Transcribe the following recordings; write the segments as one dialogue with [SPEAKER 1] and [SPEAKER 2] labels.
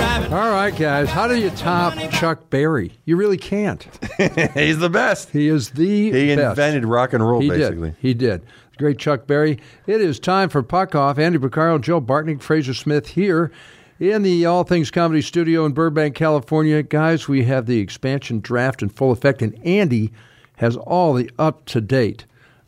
[SPEAKER 1] right, guys. How do you top Chuck Berry? You really can't.
[SPEAKER 2] He's the best.
[SPEAKER 1] He is the
[SPEAKER 2] He
[SPEAKER 1] best.
[SPEAKER 2] invented rock and roll,
[SPEAKER 1] He
[SPEAKER 2] basically.
[SPEAKER 1] did. He did. Great Chuck Berry. It is time for Puck Off. Andy Picaro, Joe Bartnick, Fraser Smith here in the All Things Comedy Studio in Burbank, California. Guys, we have the expansion draft in full effect, and Andy has all the up to date,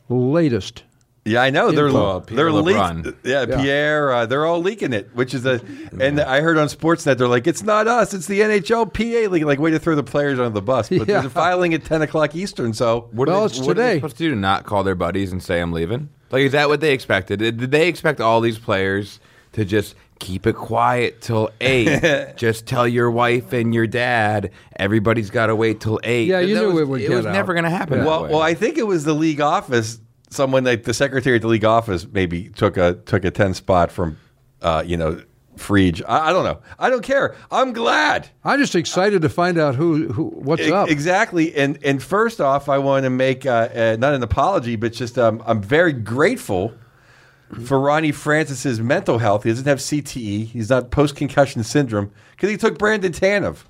[SPEAKER 1] latest.
[SPEAKER 2] Yeah, I know they're
[SPEAKER 3] Info. Pierre
[SPEAKER 2] they're leaking.
[SPEAKER 3] LeBrun. Mm.
[SPEAKER 2] Yeah,
[SPEAKER 1] Yeah.
[SPEAKER 2] Pierre, uh, they're all leaking it, which is a. And I heard on Sportsnet they're like, it's not us, it's the NHLPA league. Like way to throw the players under the bus, but
[SPEAKER 1] Yeah.
[SPEAKER 2] there's a filing at ten o'clock Eastern. So
[SPEAKER 3] What
[SPEAKER 1] Well,
[SPEAKER 3] are
[SPEAKER 1] it's
[SPEAKER 3] they, what are they
[SPEAKER 1] today.
[SPEAKER 3] supposed to do? Not call their buddies and say I'm leaving? Like, is that what they expected? Did did they expect all these players to just keep it quiet till eight? just tell your wife and your dad everybody's got to wait till eight.
[SPEAKER 1] Yeah, you
[SPEAKER 3] That
[SPEAKER 1] knew
[SPEAKER 3] was,
[SPEAKER 1] it would
[SPEAKER 3] It
[SPEAKER 1] get
[SPEAKER 3] was
[SPEAKER 1] out.
[SPEAKER 3] never going to happen. that
[SPEAKER 2] well,
[SPEAKER 3] way.
[SPEAKER 2] well, I think it was the league office. Someone like the secretary at the league office maybe took a took a ten spot from, uh, you know, Frege. I, I don't know. I don't care. I'm glad.
[SPEAKER 1] I'm just excited to find out who, who what's
[SPEAKER 2] E-
[SPEAKER 1] up.
[SPEAKER 2] Exactly. And and first off, I want to make uh, uh, not an apology, but just um, I'm very grateful for Ronnie Francis's mental health. He doesn't have CTE. He's not post concussion syndrome because he took Brandon Tanev.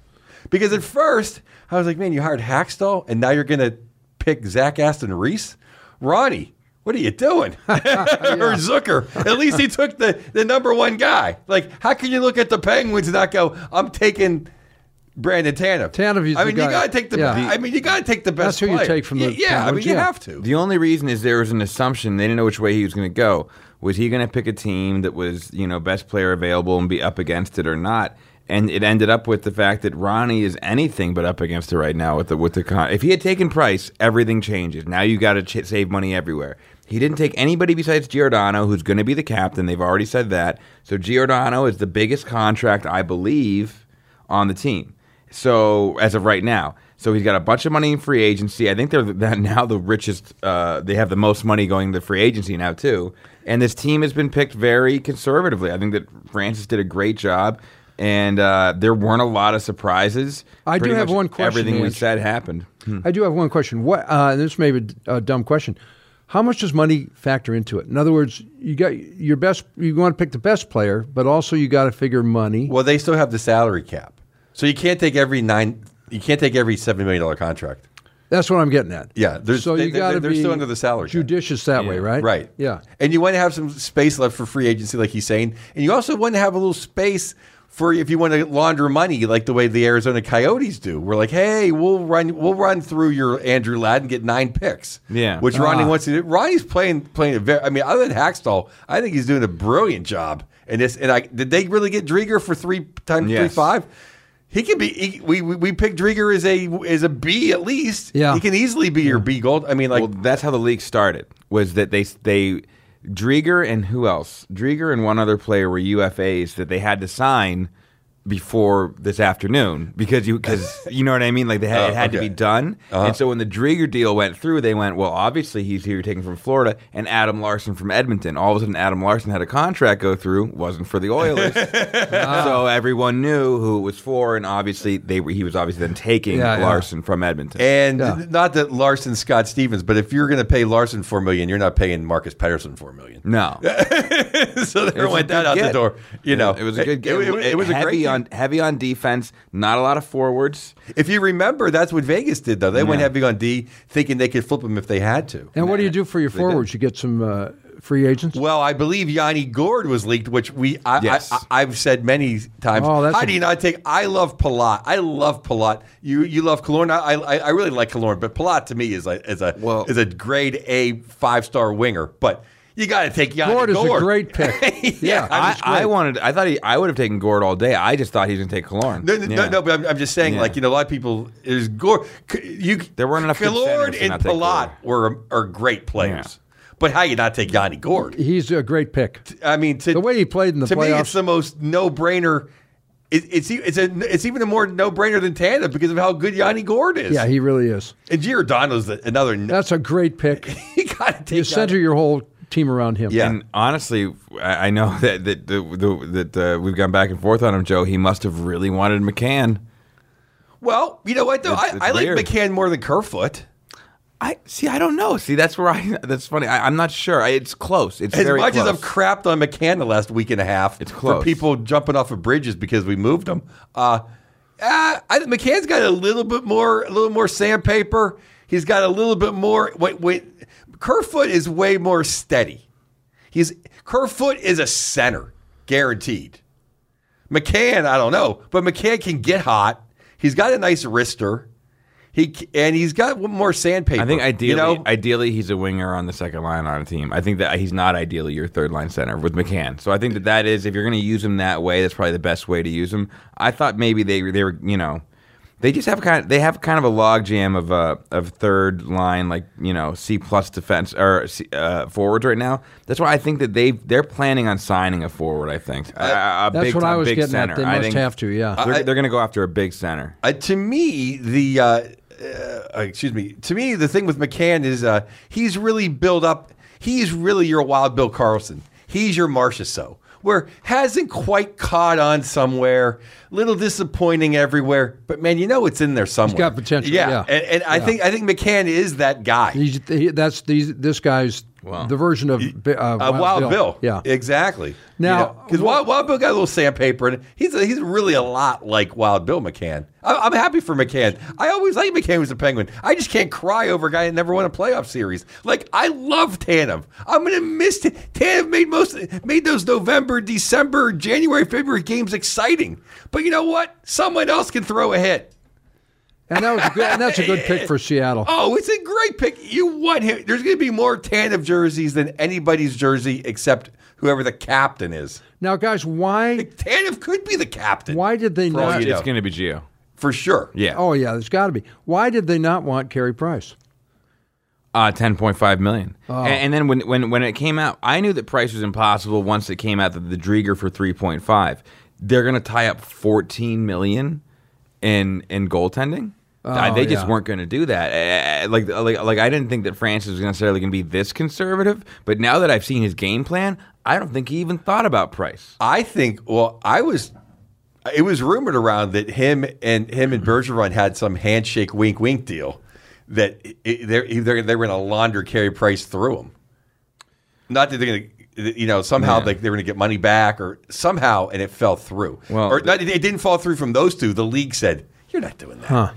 [SPEAKER 2] Because at first I was like, man, you hired Hackstall, and now you're gonna pick Zach Aston Reese, Ronnie. What are you doing? or Zucker. At least he took the, the number one guy. Like, how can you look at the Penguins and not go, I'm taking Brandon Tanev?
[SPEAKER 1] Tanev is
[SPEAKER 2] I
[SPEAKER 1] the
[SPEAKER 2] mean,
[SPEAKER 1] guy.
[SPEAKER 2] you got to take the.
[SPEAKER 1] Yeah.
[SPEAKER 2] I mean, you got to take the
[SPEAKER 1] That's
[SPEAKER 2] best.
[SPEAKER 1] who you
[SPEAKER 2] player.
[SPEAKER 1] take from the
[SPEAKER 2] Y- Yeah, I mean,
[SPEAKER 1] Penguins,
[SPEAKER 2] you
[SPEAKER 1] yeah.
[SPEAKER 2] have to.
[SPEAKER 3] The only reason is there was an assumption they didn't know which way he was going to go. Was he going to pick a team that was, you know, best player available and be up against it or not? And it ended up with the fact that Ronnie is anything but up against it right now with the with the con. If he had taken Price, everything changes. Now you got to ch- save money everywhere. He didn't take anybody besides Giordano, who's going to be the captain. They've already said that. So Giordano is the biggest contract, I believe, on the team. So as of right now, so he's got a bunch of money in free agency. I think they're the, now the richest. Uh, they have the most money going to free agency now too. And this team has been picked very conservatively. I think that Francis did a great job, and uh, there weren't a lot of surprises.
[SPEAKER 1] I do
[SPEAKER 3] Pretty
[SPEAKER 1] have
[SPEAKER 3] much
[SPEAKER 1] one question
[SPEAKER 3] Everything
[SPEAKER 1] to
[SPEAKER 3] we
[SPEAKER 1] answer.
[SPEAKER 3] said happened. Hmm.
[SPEAKER 1] I do have one question. What? Uh, and this may be a dumb question. How much does money factor into it? In other words, you got your best. You want to pick the best player, but also you got to figure money.
[SPEAKER 2] Well, they still have the salary cap, so you can't take every nine. You can't take every seven million dollar contract.
[SPEAKER 1] That's what I'm getting at.
[SPEAKER 2] Yeah, there's-
[SPEAKER 1] so
[SPEAKER 2] they-
[SPEAKER 1] you
[SPEAKER 2] they-
[SPEAKER 1] got to
[SPEAKER 2] they're
[SPEAKER 1] be
[SPEAKER 2] still under the salary cap.
[SPEAKER 1] judicious that way,
[SPEAKER 3] Yeah.
[SPEAKER 1] right?
[SPEAKER 2] Right.
[SPEAKER 1] Yeah.
[SPEAKER 2] And you want to have some space left for free agency, like he's saying, and you also want to have a little space for if you want to launder money, like the way the Arizona Coyotes do. We're like, hey, we'll run, we'll run through your Andrew Ladd and get nine picks.
[SPEAKER 3] Yeah.
[SPEAKER 2] Which
[SPEAKER 1] Ah.
[SPEAKER 2] Ronnie wants to do. Ronnie's playing, playing. A very, I mean, other than Hackstall, I think he's doing a brilliant job. And this, and I did they really get Drieger for three times
[SPEAKER 3] Yes.
[SPEAKER 2] three five? He can be. He, we we- we picked Drieger as a as a B at least.
[SPEAKER 1] Yeah.
[SPEAKER 2] He can easily be your B gold. I mean, like
[SPEAKER 3] well, that's how the league started. Was that they they Drieger and who else? Drieger and one other player were UFAs that they had to sign before this afternoon because you because you know what I mean. Like they had, it had
[SPEAKER 2] Oh,
[SPEAKER 3] to
[SPEAKER 2] okay. Uh-huh.
[SPEAKER 3] be done. And so when the Drieger deal went through, they went well. Obviously, he's here taken from Florida and Adam Larson from Edmonton. All of a sudden, Adam Larson had a contract go through. wasn't for the Oilers, so everyone knew who it was for. And obviously, they were he was obviously then taking
[SPEAKER 1] Yeah, yeah.
[SPEAKER 3] Larson from Edmonton.
[SPEAKER 2] And
[SPEAKER 1] Yeah.
[SPEAKER 2] th- not that Larson Scott Stevens, but if you're going to pay Larson four million, you're not paying Marcus Pedersen four million.
[SPEAKER 3] no.
[SPEAKER 2] so there
[SPEAKER 3] was a
[SPEAKER 2] went that
[SPEAKER 3] good
[SPEAKER 2] out the
[SPEAKER 3] get.
[SPEAKER 2] door. You know,
[SPEAKER 3] it was a good
[SPEAKER 2] It,
[SPEAKER 3] game.
[SPEAKER 2] it- it was a
[SPEAKER 3] heavy
[SPEAKER 2] great. game.
[SPEAKER 3] on heavy on defense. Not a lot of forwards.
[SPEAKER 2] if you remember, that's what Vegas did though. They went
[SPEAKER 3] Yeah.
[SPEAKER 2] heavy on D, thinking they could flip him if they had to.
[SPEAKER 1] And what do you do for your forwards? You get some uh, free agents.
[SPEAKER 2] Well, I believe Yanni Gord was leaked, which we I,
[SPEAKER 3] Yes.
[SPEAKER 2] I, I, have said many times.
[SPEAKER 1] Oh, that's
[SPEAKER 2] How
[SPEAKER 1] a-
[SPEAKER 2] do you not take? I love Palat. I love Palat. You you love Kalorn. I, I I really like Kalorn, but Palat to me is like is a
[SPEAKER 3] Well-
[SPEAKER 2] is a grade A five star winger. But you got to take Yanni
[SPEAKER 1] Gord
[SPEAKER 2] Gord.
[SPEAKER 1] is a great pick. yeah.
[SPEAKER 2] I
[SPEAKER 3] I,
[SPEAKER 2] was
[SPEAKER 3] I
[SPEAKER 2] great.
[SPEAKER 3] wanted. I thought he, I would have taken Gord all day. I just thought he was going to take Kalorn.
[SPEAKER 2] No, no, no,
[SPEAKER 3] Yeah.
[SPEAKER 2] no, but I'm, I'm just saying,
[SPEAKER 3] Yeah.
[SPEAKER 2] like you know, a lot of people is Gord. c- You
[SPEAKER 3] There weren't enough
[SPEAKER 2] Kalorn
[SPEAKER 3] incentives to
[SPEAKER 2] and
[SPEAKER 3] not take
[SPEAKER 2] Palat were are great players, but how you not take Yanni Gord?
[SPEAKER 1] He's a great pick.
[SPEAKER 2] I mean, to,
[SPEAKER 1] The way he played in the
[SPEAKER 2] to me,
[SPEAKER 1] playoffs-
[SPEAKER 2] it's the most no-brainer. It, it's e- it's a, it's even a more no-brainer than Tanda because of how good Yanni Gord is.
[SPEAKER 1] Yeah, he really is.
[SPEAKER 2] and Giordano's the, another. No,
[SPEAKER 1] That's a great pick.
[SPEAKER 2] you got to take.
[SPEAKER 1] You center your whole team around him.
[SPEAKER 2] Yeah.
[SPEAKER 3] And honestly, I, I know that that the, the, that uh, we've gone back and forth on him, Joe. He must have really wanted McCann.
[SPEAKER 2] Well, you know what though,
[SPEAKER 3] It's-
[SPEAKER 2] I,
[SPEAKER 3] it's
[SPEAKER 2] I like
[SPEAKER 3] weird.
[SPEAKER 2] McCann more than Kerfoot.
[SPEAKER 3] I see. I don't know. See, that's where I. That's funny. I, I'm not sure. I, it's close. It's
[SPEAKER 2] As
[SPEAKER 3] very
[SPEAKER 2] much
[SPEAKER 3] close.
[SPEAKER 2] as I've crapped on McCann the last week and a half
[SPEAKER 3] It's
[SPEAKER 2] for
[SPEAKER 3] close.
[SPEAKER 2] people jumping off of bridges because we moved them, uh, uh, I, think McCann's got a little bit more, a little more sandpaper. He's got a little bit more. Wait, wait, Kerfoot is way more steady. He's Kerfoot is a center, guaranteed. McCann, I don't know, but McCann can get hot. He's got a nice wrister. He c- and he's got one more sandpaper.
[SPEAKER 3] I think ideally,
[SPEAKER 2] you know?
[SPEAKER 3] ideally he's a winger on the second line on a team. I think that he's not ideally your third line center with McCann. So I think that that is if you're going to use him that way, that's probably the best way to use him. I thought maybe they they were you know they just have kind of, they have kind of a logjam of uh, of third line like you know C plus defense or C, uh, forwards right now. That's why I think that they they're planning on signing a forward. I think A- a, a
[SPEAKER 1] That's
[SPEAKER 3] big,
[SPEAKER 1] what
[SPEAKER 3] a
[SPEAKER 1] I was
[SPEAKER 3] big
[SPEAKER 1] getting
[SPEAKER 3] center.
[SPEAKER 1] at. They
[SPEAKER 3] I
[SPEAKER 1] must
[SPEAKER 3] think
[SPEAKER 1] have to, yeah.
[SPEAKER 3] They're, they're going to go after a big center.
[SPEAKER 2] Uh, to me, the uh, uh, excuse me. To me, the thing with McCann is uh, he's really built up. He's really your Wild Bill Carlson. He's your Marcia So, where hasn't quite caught on somewhere. Little disappointing everywhere, but man, you know it's in there somewhere.
[SPEAKER 1] got potential, yeah.
[SPEAKER 2] and, and I think I think McCann is that guy.
[SPEAKER 1] He's, he, that's these, this guy's
[SPEAKER 3] Wow.
[SPEAKER 1] the version of Bi- uh,
[SPEAKER 2] Uh, Wild Bill.
[SPEAKER 1] Yeah.
[SPEAKER 2] exactly.
[SPEAKER 1] Now-
[SPEAKER 2] because Wild, Wild Bill got a little sandpaper, and he's he's really a lot like Wild Bill McCann. I, I'm happy for McCann. I always like McCann was a Penguin. I just can't cry over a guy that never won a playoff series. Like I love Tanev. I'm gonna miss T- Tanev. Made most made those November, December, January, February games exciting. But you know what? Someone else can throw a hit.
[SPEAKER 1] and that was a good, and that's a good pick for Seattle.
[SPEAKER 2] Oh, it's a great pick. You want him. There's going to be more Tanev jerseys than anybody's jersey except whoever the captain is.
[SPEAKER 1] Now, guys, why
[SPEAKER 2] Tanev could be the captain.
[SPEAKER 1] why did they
[SPEAKER 2] For all
[SPEAKER 1] not?
[SPEAKER 2] you know.
[SPEAKER 3] It's going to be Geo.
[SPEAKER 2] For sure.
[SPEAKER 3] Yeah.
[SPEAKER 1] Oh yeah, there's got to be. Why did they not want Carey Price?
[SPEAKER 3] Uh, ten point five million. And, and then when, when when it came out, I knew that price was impossible. Once it came out that the Drieger for three point five, they're going to tie up fourteen million in in goaltending. Uh, they just
[SPEAKER 1] yeah.
[SPEAKER 3] weren't going to do that. Uh, like, like like I didn't think that Francis was necessarily going to be this conservative. But now that I've seen his game plan, I don't think he even thought about price.
[SPEAKER 2] I think. Well, I was. It was rumored around that him and him and Bergeron had some handshake, wink, wink deal. That it, they're they're they were going to launder Carey Price through him. Not that they're going to, you know, somehow like they were going to get money back or somehow, and it fell through.
[SPEAKER 3] Well,
[SPEAKER 2] or not, it didn't fall through from those two. The league said you're not doing that.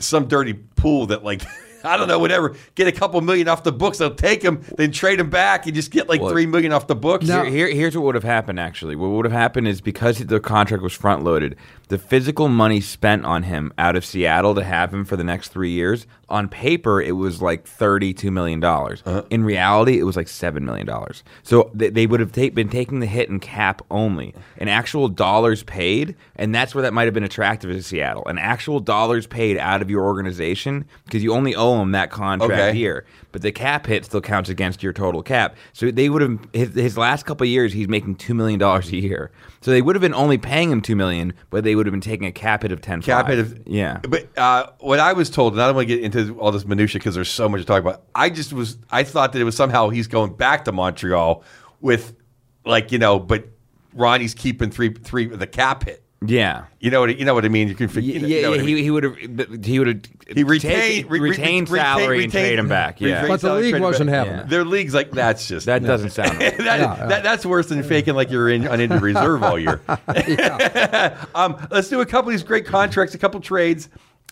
[SPEAKER 2] Some dirty pool that like. I don't know, whatever. Get a couple million off the books. They'll take him, then trade him back, and just get like three million off the books.
[SPEAKER 1] Now-
[SPEAKER 3] Here, here- here's what would have happened. Actually, what would have happened is because the contract was front loaded, the physical money spent on him out of Seattle to have him for the next three years, on paper it was like thirty-two million dollars. In reality, it was like seven million dollars. So they, they would have ta- been taking the hit in cap only, and actual dollars paid, and that's where that might have been attractive to Seattle. An actual dollars paid out of your organization because you only owe them that contract
[SPEAKER 2] Okay.
[SPEAKER 3] year year, but the cap hit still counts against your total cap. So they would have his, his last couple of years he's making two million dollars a year. So they would have been only paying him two million, but they would have been taking a cap hit of ten.
[SPEAKER 2] cap hit of
[SPEAKER 3] yeah.
[SPEAKER 2] But uh, what I was told, and I don't want to get into all this minutia because there's so much to talk about. I just was I thought that it was somehow he's going back to Montreal with like you know, but Ronnie's keeping three three the cap hit.
[SPEAKER 3] Yeah.
[SPEAKER 2] You know what you know what I mean. You can
[SPEAKER 3] Y-
[SPEAKER 2] you know,
[SPEAKER 3] yeah,
[SPEAKER 2] you know what I mean.
[SPEAKER 3] he, he would have. but He would have.
[SPEAKER 2] He retained- re- re-
[SPEAKER 3] retained
[SPEAKER 2] re-
[SPEAKER 3] salary
[SPEAKER 2] retained-
[SPEAKER 3] and trade him back. Yeah,
[SPEAKER 2] retained
[SPEAKER 1] But the
[SPEAKER 2] salary,
[SPEAKER 1] league
[SPEAKER 2] traded back.
[SPEAKER 1] wasn't having it.
[SPEAKER 2] Their league's like that's just
[SPEAKER 3] that doesn't sound. right.
[SPEAKER 2] that, that- that's worse than faking like you're in, on injured reserve all year. um, let's do a couple of these great contracts, a couple trades,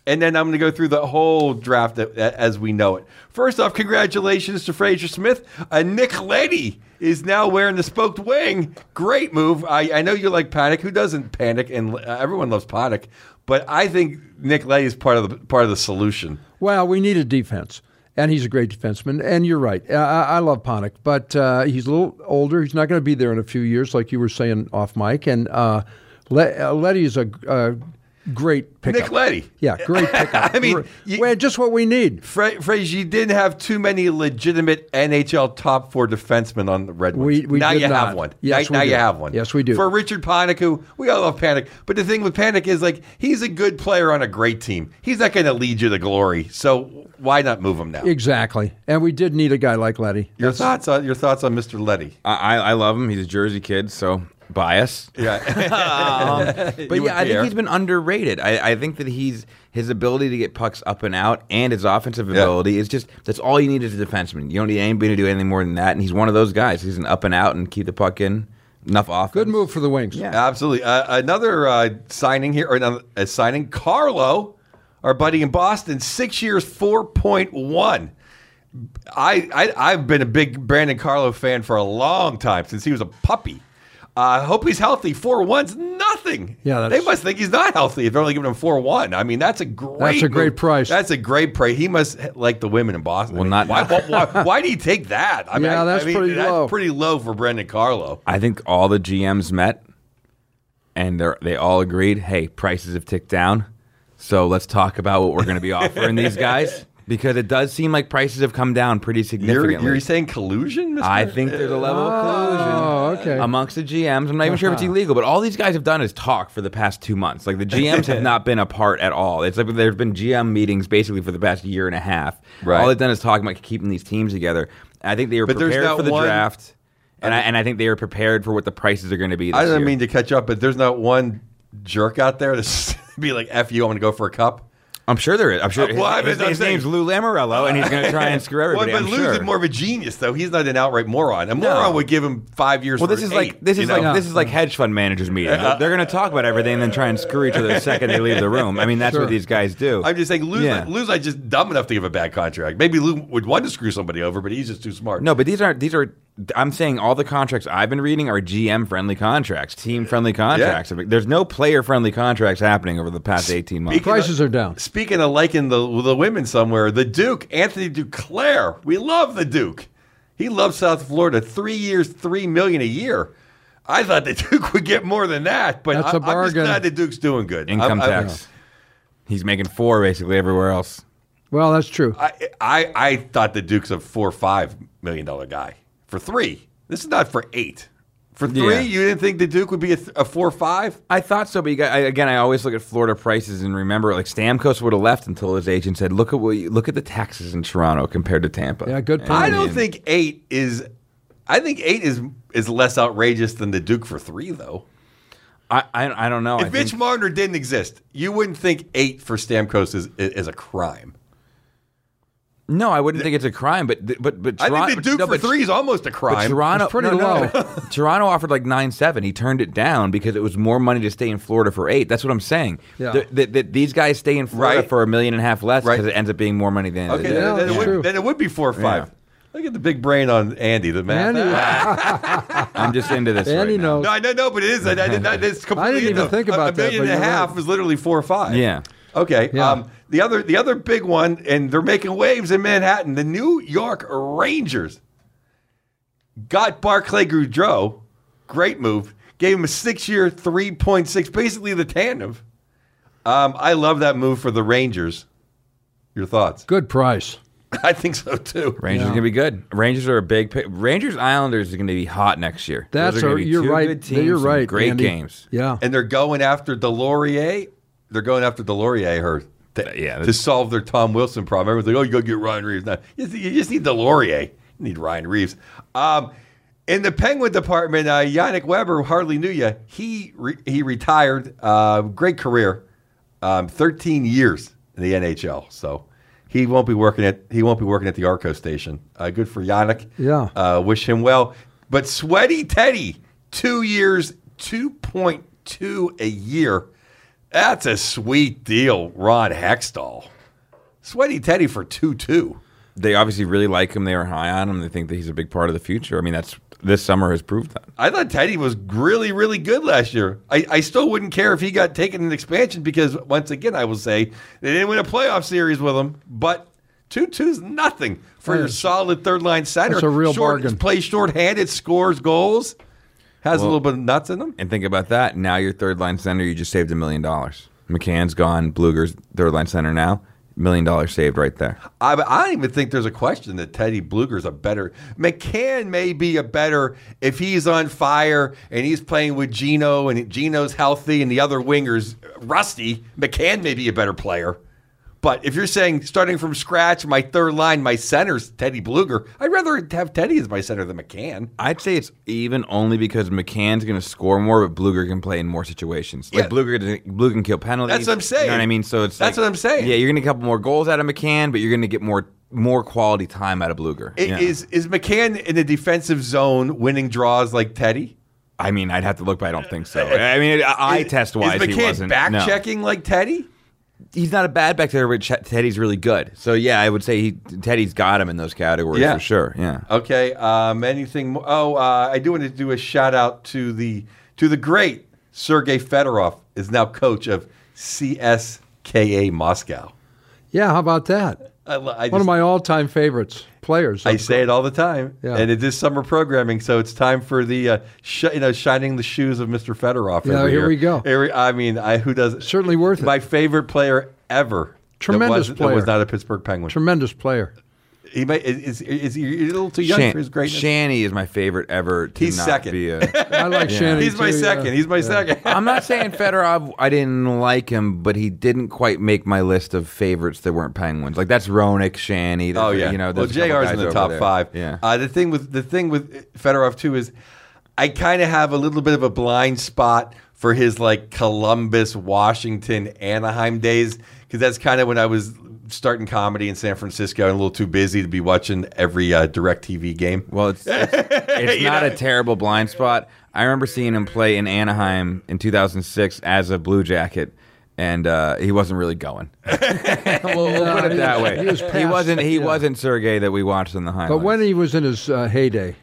[SPEAKER 2] and then I'm going to go through the whole draft a- a- as we know it. First off, congratulations to Fraser Smith. Uh, Nick Letty is now wearing the spoked wing. Great move. I, I know you like panic. Who doesn't panic? And uh, everyone loves panic. But I think Nick Letty is part of the part of the solution.
[SPEAKER 1] Well, we needed defense, and he's a great defenseman. And you're right. I, I I love Ponick, but uh, he's a little older. He's not going to be there in a few years, like you were saying off mic. And uh, Le- uh, Letty is a, a great pickup.
[SPEAKER 2] Nick Letty.
[SPEAKER 1] yeah, great pickup.
[SPEAKER 2] I mean,
[SPEAKER 1] Great-
[SPEAKER 2] you-
[SPEAKER 1] well, just what we need.
[SPEAKER 2] Fra- Frazier, you didn't have too many legitimate NHL top four defensemen on the Red Wings.
[SPEAKER 1] We- we
[SPEAKER 2] now
[SPEAKER 1] did
[SPEAKER 2] you have
[SPEAKER 1] not.
[SPEAKER 2] one.
[SPEAKER 1] Yes, we
[SPEAKER 2] now now you
[SPEAKER 1] do.
[SPEAKER 2] have one.
[SPEAKER 1] Yes, we do.
[SPEAKER 2] For Richard Panik, who we all love Panic, but the thing with Panic is like he's a good player on a great team. He's not going to lead you to glory, so why not move him now?
[SPEAKER 1] Exactly. And we did need a guy like Letty.
[SPEAKER 2] Your thoughts on your thoughts on Mr. Letty?
[SPEAKER 3] I, I I love him. He's a Jersey kid, so bias.
[SPEAKER 2] Yeah,
[SPEAKER 3] Um, but
[SPEAKER 2] would
[SPEAKER 3] yeah, I
[SPEAKER 2] care.
[SPEAKER 3] think he's been underrated. I, I think that he's his ability to get pucks up and out and his offensive ability is just that's all you need as a defenseman. You don't need anybody to do anything more than that. And he's one of those guys. He's an up and out and keep the puck in enough offense.
[SPEAKER 1] Good move for the Wings.
[SPEAKER 3] Yeah.
[SPEAKER 2] Absolutely. Uh, another uh, signing here, or another a signing, Carlo, our buddy in Boston, six years, four point one. I, I I've been a big Brandon Carlo fan for a long time since he was a puppy. Uh, I hope he's healthy. Four one's nothing.
[SPEAKER 1] Yeah, that's-
[SPEAKER 2] they must think he's not healthy if they're only giving him four one. I mean, that's a great.
[SPEAKER 1] That's a great
[SPEAKER 2] move.
[SPEAKER 1] price.
[SPEAKER 2] That's a great price. He must like the women in Boston.
[SPEAKER 3] Well,
[SPEAKER 2] I mean,
[SPEAKER 3] not-
[SPEAKER 2] why, why, why, why do you take that? I
[SPEAKER 1] Yeah,
[SPEAKER 2] I- I
[SPEAKER 1] that's
[SPEAKER 2] mean,
[SPEAKER 1] pretty
[SPEAKER 2] that's
[SPEAKER 1] low.
[SPEAKER 2] Pretty low for Brandon Carlo.
[SPEAKER 3] I think all the GMs met and they they all agreed, "Hey, prices have ticked down. So let's talk about what we're going to be offering these guys because it does seem like prices have come down pretty
[SPEAKER 2] You're,
[SPEAKER 3] significantly."
[SPEAKER 2] you're saying collusion? Mr.
[SPEAKER 3] I think there's a level of collusion.
[SPEAKER 1] Oh, okay.
[SPEAKER 3] amongst the GMs. I'm not even sure
[SPEAKER 2] Uh-huh.
[SPEAKER 3] if it's illegal, but all these guys have done is talk for the past two months. Like the GMs have not been apart at all. It's like there have been GM meetings basically for the past year and a half.
[SPEAKER 2] Right.
[SPEAKER 3] All they've done is talk about keeping these teams together. I think they were
[SPEAKER 2] But there's
[SPEAKER 3] prepared
[SPEAKER 2] not
[SPEAKER 3] for the
[SPEAKER 2] one-
[SPEAKER 3] draft, and I, and I think they were prepared for what the prices are going to be. This
[SPEAKER 2] I didn't
[SPEAKER 3] year.
[SPEAKER 2] mean to catch up, but there's not one jerk out there that's be like, "F you, I'm going to go for a cup."
[SPEAKER 3] I'm sure there is. I'm sure
[SPEAKER 2] Uh, well, I mean,
[SPEAKER 3] his,
[SPEAKER 2] I'm
[SPEAKER 3] his
[SPEAKER 2] saying-
[SPEAKER 3] name's Lou Lamorello, and he's going to try and screw
[SPEAKER 2] Well,
[SPEAKER 3] everybody.
[SPEAKER 2] but
[SPEAKER 3] I'm
[SPEAKER 2] Lou's
[SPEAKER 3] sure.
[SPEAKER 2] is more of a genius, though. He's not an outright moron. A moron would give him five years.
[SPEAKER 3] Well,
[SPEAKER 2] for
[SPEAKER 3] this is
[SPEAKER 2] an
[SPEAKER 3] like
[SPEAKER 2] eight,
[SPEAKER 3] this
[SPEAKER 2] you
[SPEAKER 3] is
[SPEAKER 2] know?
[SPEAKER 3] like this is like hedge fund managers meeting. They're, going to talk about everything and then try and screw each other the second they leave the room. I mean, that's
[SPEAKER 1] Sure.
[SPEAKER 3] what these guys do.
[SPEAKER 2] I'm just saying, Lou's,
[SPEAKER 3] Yeah.
[SPEAKER 2] Lou's like just dumb enough to give a bad contract. Maybe Lou would want to screw somebody over, but he's just too smart.
[SPEAKER 3] No, but these aren't. These are. I'm saying all the contracts I've been reading are GM friendly contracts, team friendly contracts. There's no player friendly contracts happening over the past 18 months.
[SPEAKER 2] Speaking-
[SPEAKER 1] Prices are down.
[SPEAKER 2] Speaking of liking the the women somewhere, the Duke Anthony Duclair. We love the Duke. He loves South Florida. Three years, three million a year. I thought the Duke would get more than that, but
[SPEAKER 1] That's
[SPEAKER 2] I,
[SPEAKER 1] a
[SPEAKER 2] I'm just
[SPEAKER 1] bargain.
[SPEAKER 2] glad the Duke's doing good. I'm-
[SPEAKER 3] Income
[SPEAKER 2] I'm-
[SPEAKER 3] tax. He's making four basically everywhere else.
[SPEAKER 1] Well, that's true.
[SPEAKER 2] I, I I thought the Duke's a four or five million dollar guy for three. This is not for eight. For three,
[SPEAKER 3] Yeah.
[SPEAKER 2] you didn't think the Duke would be a, th- a four or five?
[SPEAKER 3] I thought so, but you got, I, again, I always look at Florida prices and remember, like Stamkos would have left until his agent said, "Look at what you, look at the taxes in Toronto compared to Tampa."
[SPEAKER 1] Yeah, good
[SPEAKER 3] And-
[SPEAKER 1] point.
[SPEAKER 2] I don't
[SPEAKER 3] and-
[SPEAKER 2] think eight is. I think eight is is less outrageous than the Duke for three, though.
[SPEAKER 3] I, I, I don't know. I
[SPEAKER 2] If Mitch
[SPEAKER 3] think-
[SPEAKER 2] Marner didn't exist, you wouldn't think eight for Stamkos is is a crime.
[SPEAKER 3] no, I wouldn't think it's a crime, but th- but but
[SPEAKER 2] I
[SPEAKER 3] Toron-
[SPEAKER 2] think the Duke
[SPEAKER 3] no,
[SPEAKER 2] for
[SPEAKER 3] but-
[SPEAKER 2] three is almost a
[SPEAKER 3] But
[SPEAKER 2] crime.
[SPEAKER 3] Toronto,
[SPEAKER 1] pretty
[SPEAKER 3] no, no,
[SPEAKER 1] low.
[SPEAKER 3] but Toronto offered like nine seven. He turned it down because it was more money to stay in Florida for eight. That's what I'm saying.
[SPEAKER 1] Yeah.
[SPEAKER 3] Th- th- th- these guys stay in Florida
[SPEAKER 2] Right.
[SPEAKER 3] for a million and a half less
[SPEAKER 2] Right.
[SPEAKER 3] because it ends up being more money than.
[SPEAKER 2] okay,
[SPEAKER 1] Yeah,
[SPEAKER 2] then, then
[SPEAKER 1] that's
[SPEAKER 2] it
[SPEAKER 1] true.
[SPEAKER 2] would, then it would be four or five. Look at the big brain on Andy, the math.
[SPEAKER 1] Andy-
[SPEAKER 3] I'm just into this.
[SPEAKER 1] Andy
[SPEAKER 3] right now.
[SPEAKER 1] knows.
[SPEAKER 2] No, I know, no, but it is. I, I did not. It's completely.
[SPEAKER 1] even
[SPEAKER 2] no,
[SPEAKER 1] think
[SPEAKER 2] a-
[SPEAKER 1] about
[SPEAKER 2] a
[SPEAKER 1] that,
[SPEAKER 2] million
[SPEAKER 1] but
[SPEAKER 2] and a
[SPEAKER 1] you're
[SPEAKER 2] half
[SPEAKER 1] right.
[SPEAKER 2] was literally four or five.
[SPEAKER 3] Yeah.
[SPEAKER 2] Okay.
[SPEAKER 1] Yeah.
[SPEAKER 2] Um, the other, the other big one, and they're making waves in Manhattan. The New York Rangers got Barclay Goudreau. Great move. Gave him a six-year, three point six, basically the tandem. Um, I love that move for the Rangers. Your thoughts?
[SPEAKER 1] Good price.
[SPEAKER 2] I think so too.
[SPEAKER 3] Rangers are
[SPEAKER 1] Yeah.
[SPEAKER 3] gonna be good. Rangers are a big. Pick. Rangers Islanders are gonna be hot next year.
[SPEAKER 1] That's
[SPEAKER 3] Those are
[SPEAKER 1] a,
[SPEAKER 3] gonna be
[SPEAKER 1] you're
[SPEAKER 3] two
[SPEAKER 1] right.
[SPEAKER 3] Good teams,
[SPEAKER 1] you're
[SPEAKER 3] some
[SPEAKER 1] right.
[SPEAKER 3] Great
[SPEAKER 1] Andy.
[SPEAKER 3] games.
[SPEAKER 1] Yeah.
[SPEAKER 2] and they're going after Delorier. They're going after Delorier, her to,
[SPEAKER 3] Yeah,
[SPEAKER 2] to
[SPEAKER 3] that's-
[SPEAKER 2] solve their Tom Wilson problem. Everyone's like, oh, you go get Ryan Reeves. No, you just, you just need Delorier. You need Ryan Reeves. Um, in the Penguin department, uh, Yannick Weber who hardly knew you. He re- he retired. Uh, great career, um, thirteen years in the NHL. So he won't be working at he won't be working at the Arco station. Uh, good for Yannick.
[SPEAKER 1] Yeah.
[SPEAKER 2] Uh, wish him well. But Sweaty Teddy, two years, 2.2 a year. That's a sweet deal, Ron Hextall. Sweaty Teddy for 2 2.
[SPEAKER 3] They obviously really like him. They are high on him. They think that he's a big part of the future. I mean, that's this summer has proved that.
[SPEAKER 2] I thought Teddy was really, really good last year. I, I still wouldn't care if he got taken in expansion because, once again, I will say they didn't win a playoff series with him, but 2 2 is nothing for your
[SPEAKER 1] That's-
[SPEAKER 2] solid third line center.
[SPEAKER 1] that's a real
[SPEAKER 2] Short-
[SPEAKER 1] bargain.
[SPEAKER 2] Plays shorthanded, scores goals, has a little bit of nuts in him.
[SPEAKER 3] And think about that. Now your third line center, you just saved a million dollars. McCann's gone. Bluger's third line center now. Million dollars saved right there.
[SPEAKER 2] I, I don't even think there's a question that Teddy Bluger's a better McCann may be a better if he's on fire and he's playing with Gino and Gino's healthy and the other wingers rusty. McCann may be a better player, But if you're saying starting from scratch, my third line, my center's Teddy Bluger, I'd rather have Teddy as my center than McCann.
[SPEAKER 3] I'd say it's even only because McCann's going to score more, but Bluger can play in more situations.
[SPEAKER 2] Yeah.
[SPEAKER 3] Like Bluger, doesn't- Bluger can kill penalties.
[SPEAKER 2] That's what I'm saying.
[SPEAKER 3] You know what I mean? So it's
[SPEAKER 2] That's
[SPEAKER 3] like-
[SPEAKER 2] what I'm saying.
[SPEAKER 3] Yeah, you're going to get a couple more goals out of McCann, but you're going to get more more quality time out of Bluger.
[SPEAKER 2] I-
[SPEAKER 3] Yeah.
[SPEAKER 2] Is is McCann in the defensive zone winning draws like Teddy?
[SPEAKER 3] I mean, I'd have to look, but I don't think so. I mean, eye
[SPEAKER 2] Is-
[SPEAKER 3] test wise,
[SPEAKER 2] is McCann
[SPEAKER 3] he wasn't.
[SPEAKER 2] back
[SPEAKER 3] no.
[SPEAKER 2] checking like Teddy?
[SPEAKER 3] He's not a bad back there, but Ch- Teddy's really good. So yeah, I would say he, Teddy's got him in those categories
[SPEAKER 2] Yeah.
[SPEAKER 3] for sure. Yeah.
[SPEAKER 2] Okay. Um, anything? More? Oh, uh, I do want to do a shout out to the to the great Sergey Fedorov is now coach of CSKA Moscow.
[SPEAKER 1] Yeah, how about that?
[SPEAKER 2] I, lo- I
[SPEAKER 1] One of
[SPEAKER 2] just-
[SPEAKER 1] my all-time favorites players. Uh,
[SPEAKER 2] I say it all the time,
[SPEAKER 1] Yeah.
[SPEAKER 2] and it is summer programming, so it's time for the uh, sh- you know shining the shoes of Mr. Fedorov.
[SPEAKER 1] Yeah,
[SPEAKER 2] every
[SPEAKER 1] here
[SPEAKER 2] year.
[SPEAKER 1] we go.
[SPEAKER 2] Every- I mean, I who does
[SPEAKER 1] Certainly worth it.
[SPEAKER 2] My favorite player ever. that
[SPEAKER 1] Tremendous
[SPEAKER 2] wasn't- That was
[SPEAKER 1] player.
[SPEAKER 2] not a Pittsburgh Penguin.
[SPEAKER 1] Tremendous player.
[SPEAKER 2] he may, is, is, is he a little too young
[SPEAKER 3] Shan-
[SPEAKER 2] for his greatness.
[SPEAKER 3] Shanny is my favorite ever. To
[SPEAKER 2] He's
[SPEAKER 3] not
[SPEAKER 2] second.
[SPEAKER 3] Be a,
[SPEAKER 1] I like Shannon.
[SPEAKER 2] He's my
[SPEAKER 1] too, yeah.
[SPEAKER 2] second. He's my second.
[SPEAKER 3] I'm not saying Fedorov. I didn't like him, but he didn't quite make my list of favorites that weren't Penguins. Like that's Ronick, Shanny.
[SPEAKER 2] Oh
[SPEAKER 3] that's-
[SPEAKER 2] yeah,
[SPEAKER 3] you know.
[SPEAKER 2] well,
[SPEAKER 3] there's a couple
[SPEAKER 2] Jr's in
[SPEAKER 3] guys
[SPEAKER 2] the
[SPEAKER 3] over
[SPEAKER 2] top
[SPEAKER 3] there.
[SPEAKER 2] five.
[SPEAKER 3] Yeah.
[SPEAKER 2] Uh, the thing with the thing with Fedorov too is, I kind of have a little bit of a blind spot for his like Columbus, Washington, Anaheim days because that's kind of when I was starting comedy in San Francisco and a little too busy to be watching every uh, direct TV game.
[SPEAKER 3] well, it's it's, it's not a terrible blind spot. I remember seeing him play in Anaheim in 2006 as a Blue Jacket. And uh, he wasn't really going. we'll, we'll
[SPEAKER 1] Yeah,
[SPEAKER 3] put
[SPEAKER 1] uh, he
[SPEAKER 3] it that
[SPEAKER 1] was-
[SPEAKER 3] way.
[SPEAKER 1] he was past-
[SPEAKER 3] wasn't. He
[SPEAKER 1] yeah.
[SPEAKER 3] wasn't Sergey that we watched in the Highlands.
[SPEAKER 1] But when he was in his uh, heyday,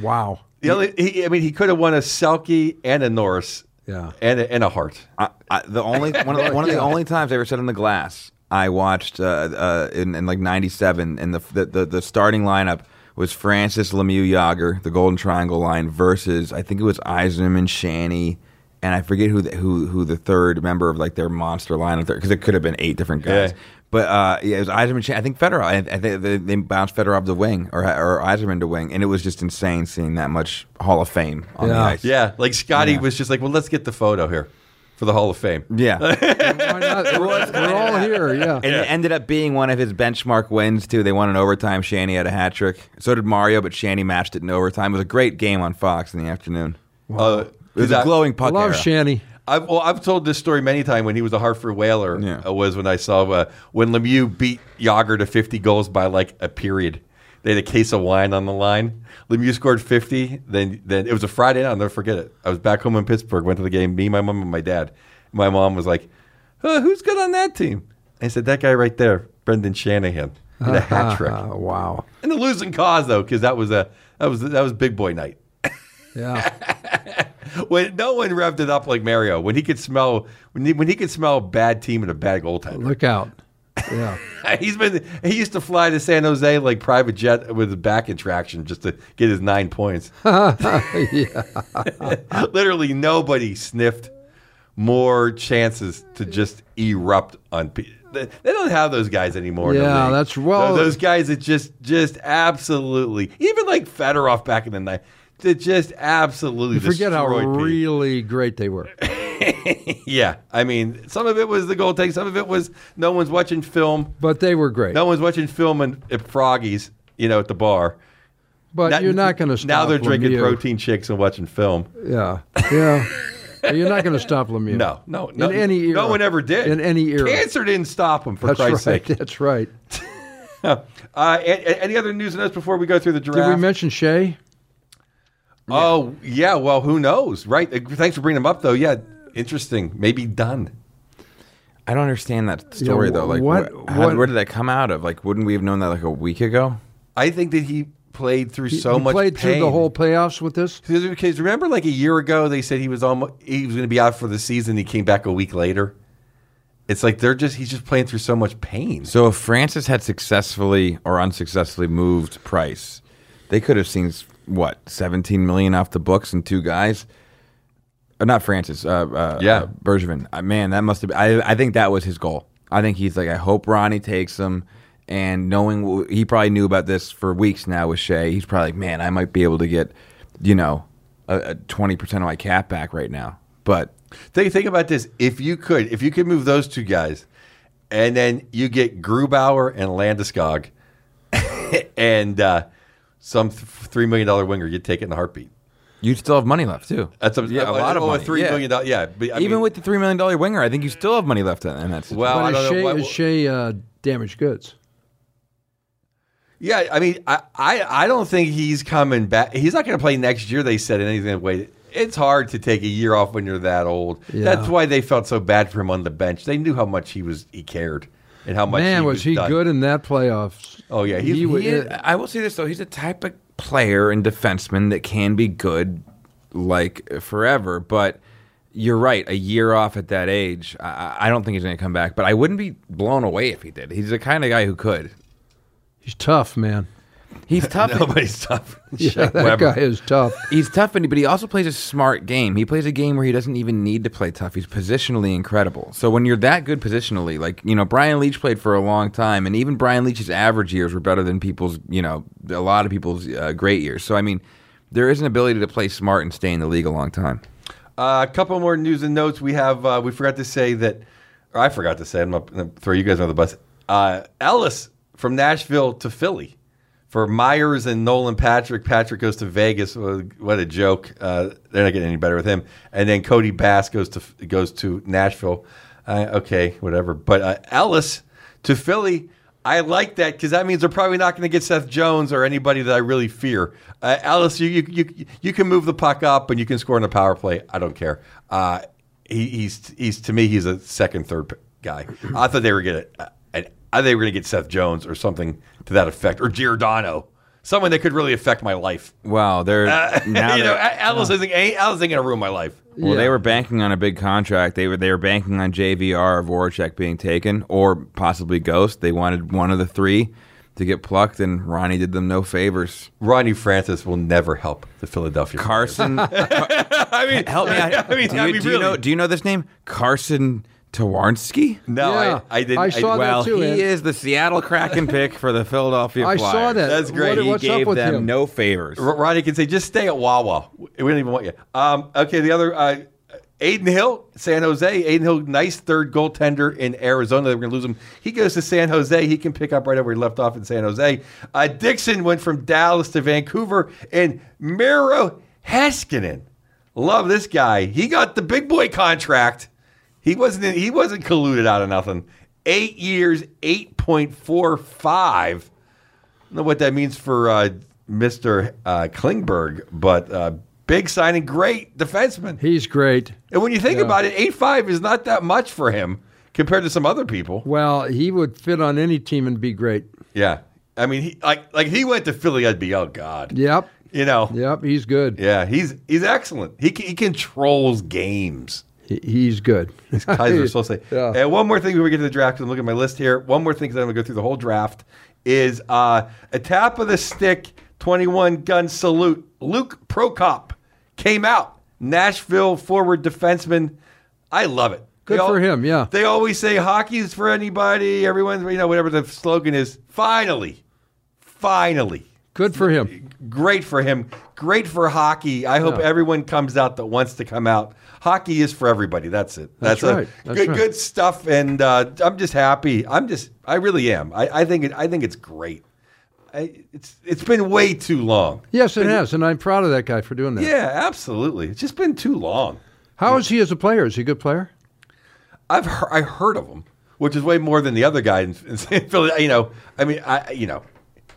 [SPEAKER 1] wow.
[SPEAKER 2] The only, he, I mean, he could have won a Selkie and a Norris,
[SPEAKER 1] Yeah.
[SPEAKER 2] and a, and a Hart.
[SPEAKER 3] I, I, the only one of, the, one of the only times I ever sat in the glass, I watched uh, uh, in, in like '97, and the, the the the starting lineup was Francis Lemieux Yager, the Golden Triangle line, versus I think it was Eisenman, Shanny, and I forget who the, who who the third member of like their monster lineup there because it could have been eight different guys.
[SPEAKER 2] Yeah.
[SPEAKER 3] But uh, yeah, it was Eisenman. Shan- I think Fedorov. I, I think they, they bounced Fedorov to wing or or Eisenman to wing, and it was just insane seeing that much Hall of Fame on the
[SPEAKER 1] Yeah.
[SPEAKER 3] ice.
[SPEAKER 2] Yeah, like Scotty
[SPEAKER 3] Yeah.
[SPEAKER 2] was just like, well, let's get the photo here for the Hall of Fame.
[SPEAKER 3] yeah.
[SPEAKER 1] Why not? We're, we're all here, yeah.
[SPEAKER 3] And it ended up being one of his benchmark wins too. They won in overtime. Shanny had a hat trick. So did Mario, but Shanny matched it in overtime. It was a great game on Fox in the afternoon.
[SPEAKER 2] Uh,
[SPEAKER 3] It was a
[SPEAKER 2] that-
[SPEAKER 3] glowing
[SPEAKER 1] I
[SPEAKER 3] puck.
[SPEAKER 1] love
[SPEAKER 3] era.
[SPEAKER 1] Shanny.
[SPEAKER 2] I've, well, I've told this story many times when he was a Hartford Whaler.
[SPEAKER 3] Yeah.
[SPEAKER 2] uh, was when I saw uh, when Lemieux beat Yager to 50 goals by like a period. They had a case of wine on the line. Lemieux scored 50. Then then it was a Friday night. I'll never forget it. I was back home in Pittsburgh, went to the game, me, my mom, and my dad. My mom was like, "Uh, Who's good on that team? I said, That guy right there, Brendan Shanahan. He had a hat trick.
[SPEAKER 1] Uh, wow.
[SPEAKER 2] And the losing cause, though, because that was a that was that was big boy night
[SPEAKER 1] Yeah.
[SPEAKER 2] when no one revved it up like Mario, when he could smell when he, when he could smell a bad team and a bad goaltender.
[SPEAKER 1] Look out. Yeah.
[SPEAKER 2] He's been he used to fly to San Jose like private jet with his back in traction just to get his nine points. Literally nobody sniffed more chances to just erupt on. pe- They they don't have those guys anymore. in the
[SPEAKER 1] Yeah,
[SPEAKER 2] league.
[SPEAKER 1] that's- well-
[SPEAKER 2] Those guys that just just absolutely even like Fedorov back in the night. That just absolutely
[SPEAKER 1] Forget how
[SPEAKER 2] destroyed people.
[SPEAKER 1] really great they were.
[SPEAKER 2] Yeah, I mean, some of it was the goal take, some of it was no one's watching film,
[SPEAKER 1] But they were great.
[SPEAKER 2] no one's watching film and at Froggies, you know, at the bar.
[SPEAKER 1] but
[SPEAKER 2] That-
[SPEAKER 1] you're not going to stop
[SPEAKER 2] Now they're drinking
[SPEAKER 1] Lemieux.
[SPEAKER 2] protein shakes and watching film.
[SPEAKER 1] Yeah. Yeah. But you're not going to stop Lemieux.
[SPEAKER 2] No, no, no.
[SPEAKER 1] In any era.
[SPEAKER 2] no one ever did
[SPEAKER 1] In any era.
[SPEAKER 2] Cancer didn't stop them for
[SPEAKER 1] That's
[SPEAKER 2] Christ's
[SPEAKER 1] right.
[SPEAKER 2] sake.
[SPEAKER 1] That's right.
[SPEAKER 2] uh, a- a- any other news and notes before we go through the
[SPEAKER 1] Did
[SPEAKER 2] draft?
[SPEAKER 1] we mention Shea?
[SPEAKER 2] oh yeah, well who knows, right? Uh, Thanks for bringing them up though. Yeah, interesting. Maybe done.
[SPEAKER 3] I don't understand that story
[SPEAKER 1] Yeah,
[SPEAKER 3] though. Like,
[SPEAKER 1] what-
[SPEAKER 3] wh- how-
[SPEAKER 1] what-
[SPEAKER 3] where did that come out of? Like, wouldn't we have known that like a week ago?
[SPEAKER 2] I think that he played through so
[SPEAKER 1] He
[SPEAKER 2] much
[SPEAKER 1] played
[SPEAKER 2] pain.
[SPEAKER 1] through the whole playoffs with this.
[SPEAKER 2] Because, because remember, like a year ago, they said he was almost he was going to be out for the season. He came back a week later. It's like they're just he's just playing through so much pain.
[SPEAKER 3] So if Francis had successfully or unsuccessfully moved Price, they could have seen what 17 million off the books and two guys. Uh, not Francis. Uh, uh,
[SPEAKER 2] Yeah.
[SPEAKER 3] uh, Bergevin. Uh, man, that must have. Been, I I think that was his goal. I think he's like, I hope Ronnie takes him. And knowing wh- he probably knew about this for weeks now with Shea, he's probably like, man, I might be able to get, you know, a twenty percent of my cap back right now. But
[SPEAKER 2] Think think about this: if you could, if you could move those two guys, and then you get Grubauer and Landeskog, and uh, some th- three million dollar winger. You take it in a heartbeat.
[SPEAKER 3] You still have money left too.
[SPEAKER 2] That's a,
[SPEAKER 3] Yeah, a lot of
[SPEAKER 2] oh,
[SPEAKER 3] money.
[SPEAKER 2] three
[SPEAKER 3] Yeah.
[SPEAKER 2] million dollars. Yeah, but, I
[SPEAKER 3] Even
[SPEAKER 2] mean,
[SPEAKER 3] with the three million dollar winger, I think you still have money left in in that. Situation.
[SPEAKER 2] well,
[SPEAKER 1] But
[SPEAKER 2] I don't
[SPEAKER 1] is Shea,
[SPEAKER 2] know. What,
[SPEAKER 1] is Shea uh, damaged goods?
[SPEAKER 2] yeah, I mean, I, I, I don't think he's coming back. He's not going to play next year. They said in anything way. It's hard to take a year off when you're that old.
[SPEAKER 1] Yeah.
[SPEAKER 2] That's why they felt so bad for him on the bench. They knew how much he was he cared and how much.
[SPEAKER 1] Man,
[SPEAKER 2] he
[SPEAKER 1] was,
[SPEAKER 2] was
[SPEAKER 1] he
[SPEAKER 2] done.
[SPEAKER 1] good in that playoffs?
[SPEAKER 2] Oh, yeah, he's-
[SPEAKER 1] he, uh, was,
[SPEAKER 3] He is- I will say this though: he's a type of player and defenseman that can be good like forever. But you're right; a year off at that age, I- I, I don't think he's going to come back. But I wouldn't be blown away if he did. He's the kind of guy who could.
[SPEAKER 1] he's tough, man.
[SPEAKER 3] He's tough.
[SPEAKER 2] Nobody's tough.
[SPEAKER 1] Yeah, that guy is tough.
[SPEAKER 3] He's tough, and- but he also plays a smart game. He plays a game where he doesn't even need to play tough. He's positionally incredible. So when you're that good positionally, like you know, Brian Leach played for a long time, and even Brian Leach's average years were better than people's, you know, a lot of people's uh, great years. So I mean, there is an ability to play smart and stay in the league a long time.
[SPEAKER 2] Uh, a couple more news and notes. We have uh, we forgot to say that, or I forgot to say. I'm not gonna throw you guys under the bus. Uh, Ellis from Nashville to Philly for Myers and Nolan Patrick. Patrick goes to Vegas. Uh, What a joke! Uh, they're not getting any better with him. And then Cody Bass goes to goes to Nashville. Uh, okay, whatever. But uh, Ellis to Philly. I like that because that means they're probably not going to get Seth Jones or anybody that I really fear. Uh, Alice, you, you you you can move the puck up and you can score in a power play. I don't care. Uh, he, he's he's to me he's a second third p- guy. I thought they were gonna uh, I thought they were gonna get Seth Jones or something to that effect or Giordano, someone that could really affect my life.
[SPEAKER 3] Wow, they're
[SPEAKER 2] Uh,
[SPEAKER 3] now
[SPEAKER 2] you know,
[SPEAKER 3] they're-
[SPEAKER 2] A- Alice isn't A- Alice isn't gonna ruin my life.
[SPEAKER 3] Well,
[SPEAKER 1] Yeah.
[SPEAKER 3] they were banking on a big contract. They were they were banking on JVR or Voracek being taken, or possibly Ghost. They wanted one of the three to get plucked, and Ronnie did them no favors.
[SPEAKER 2] Ronnie Francis will never help the Philadelphia.
[SPEAKER 3] Carson,
[SPEAKER 2] I mean,
[SPEAKER 3] help me. out.
[SPEAKER 2] I mean,
[SPEAKER 3] do,
[SPEAKER 2] I
[SPEAKER 3] you,
[SPEAKER 2] mean,
[SPEAKER 3] do you
[SPEAKER 2] really.
[SPEAKER 3] know? Do you know this name? Carson Tawarski.
[SPEAKER 2] No,
[SPEAKER 1] Yeah,
[SPEAKER 2] I, I didn't.
[SPEAKER 1] I saw that
[SPEAKER 3] Well,
[SPEAKER 1] too,
[SPEAKER 3] he
[SPEAKER 1] Ed.
[SPEAKER 3] is the Seattle Kraken pick for the Philadelphia
[SPEAKER 1] I
[SPEAKER 3] Flyers.
[SPEAKER 1] saw that.
[SPEAKER 2] That's great.
[SPEAKER 1] What-
[SPEAKER 3] He
[SPEAKER 1] what's
[SPEAKER 3] gave
[SPEAKER 1] up with
[SPEAKER 3] them
[SPEAKER 1] him?
[SPEAKER 3] no favors.
[SPEAKER 2] R- Ronnie can say, just stay at Wawa. We don't even want you. Um, okay, the other, uh, Aiden Hill, San Jose. Aiden Hill, nice third goaltender in Arizona. They're going to lose him. He goes to San Jose. He can pick up right where he left off in San Jose. Uh, Dixon went from Dallas to Vancouver, and Miro Haskinen. Love this guy. He got the big boy contract. He wasn't. In, he wasn't colluded out of nothing. Eight years, eight point four five don't know what that means for uh, Mr. Uh, Klingberg, but uh, big signing, great defenseman.
[SPEAKER 1] He's great.
[SPEAKER 2] And when you think about it, eight five is not that much for him compared to some other people.
[SPEAKER 1] Well, he would fit on any team and be great.
[SPEAKER 2] Yeah, I mean, he, like like he went to Philly, I'd be oh god,
[SPEAKER 1] Yep.
[SPEAKER 2] you know,
[SPEAKER 1] Yep. He's good.
[SPEAKER 2] yeah, he's he's excellent. He c- he controls games.
[SPEAKER 1] He- He's good. He's
[SPEAKER 2] Kaiser Eh, Sose.
[SPEAKER 1] Yeah.
[SPEAKER 2] And one more thing before we get to the draft, 'cause I'm looking at my list here. One more thing, because I'm going to go through the whole draft, is uh, a tap of the stick, 21 gun salute. Luke Prokop came out, Nashville forward defenseman. I love it.
[SPEAKER 1] Good for him, yeah.
[SPEAKER 2] They always say hockey's for anybody. Everyone's, you know, whatever the slogan is. Finally, finally
[SPEAKER 1] Good for him.
[SPEAKER 2] great for him. Great for hockey. I hope
[SPEAKER 1] Yeah.
[SPEAKER 2] everyone comes out that wants to come out. Hockey is for everybody. That's it.
[SPEAKER 1] That's
[SPEAKER 2] a-
[SPEAKER 1] right. That's
[SPEAKER 2] good,
[SPEAKER 1] right.
[SPEAKER 2] good stuff. And uh, I'm just happy. I'm just. I really am. I, I think. It, I think it's great. I, it's. It's been way too long.
[SPEAKER 1] Yes, it has, and I'm proud of that guy for doing that.
[SPEAKER 2] Yeah, absolutely. It's just been too long.
[SPEAKER 1] How is he as a player? Is he a good player?
[SPEAKER 2] I've heard, I heard of him, which is way more than the other guy in, in Philly. You know, I mean, I you know,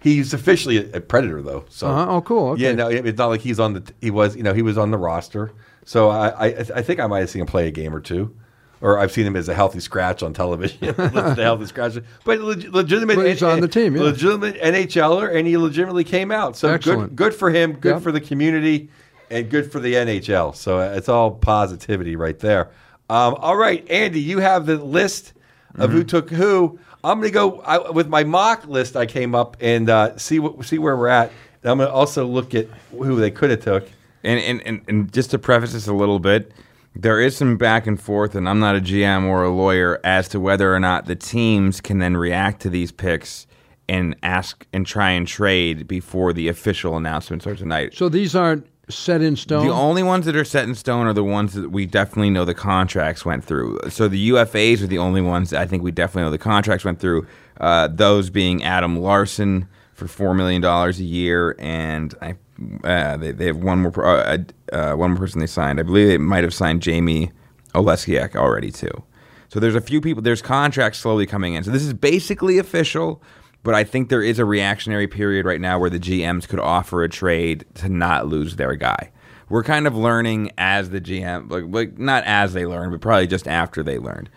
[SPEAKER 2] he's officially a, a predator though. So
[SPEAKER 1] Uh-huh. Oh, cool. Okay.
[SPEAKER 2] Yeah, no, it- it's not like he's on the he was you know he was on the roster. So I I, I think I might have seen him play a game or two. Or I've seen him as a healthy scratch on television, the healthy scratch. But leg- legitimate,
[SPEAKER 1] But he's on the team, yeah.
[SPEAKER 2] legitimate NHLer, er, and he legitimately came out. So good,
[SPEAKER 1] Excellent.
[SPEAKER 2] good for him. Good
[SPEAKER 1] Yep.
[SPEAKER 2] for the community and good for the NHL. So uh, it's all positivity right there. Um, all right, Andy, you have the list of who took who. I'm going to go I, with my mock list. I came up and uh, see what see where we're at. And I'm going to also look at who they could have took.
[SPEAKER 3] And, and, and, and just to preface this a little bit, there is some back and forth, and I'm not a GM or a lawyer as to whether or not the teams can then react to these picks and ask and try and trade before the official announcements are tonight.
[SPEAKER 1] So these aren't set in stone?
[SPEAKER 3] The only ones that are set in stone are the ones that we definitely know the contracts went through. So the UFAs are the only ones that I think we definitely know the contracts went through. Uh, those being Adam Larson for four million dollars a year, and I uh, they, they have one more per- uh, uh, one more person they signed. I believe they might have signed Jamie Oleskiak already too. So there's a few people. There's contracts slowly coming in. So this is basically official. But I think there is a reactionary period right now where the GMs could offer a trade to not lose their guy. We're kind of learning as the GM, like, like not as they learn, but probably just after they learned.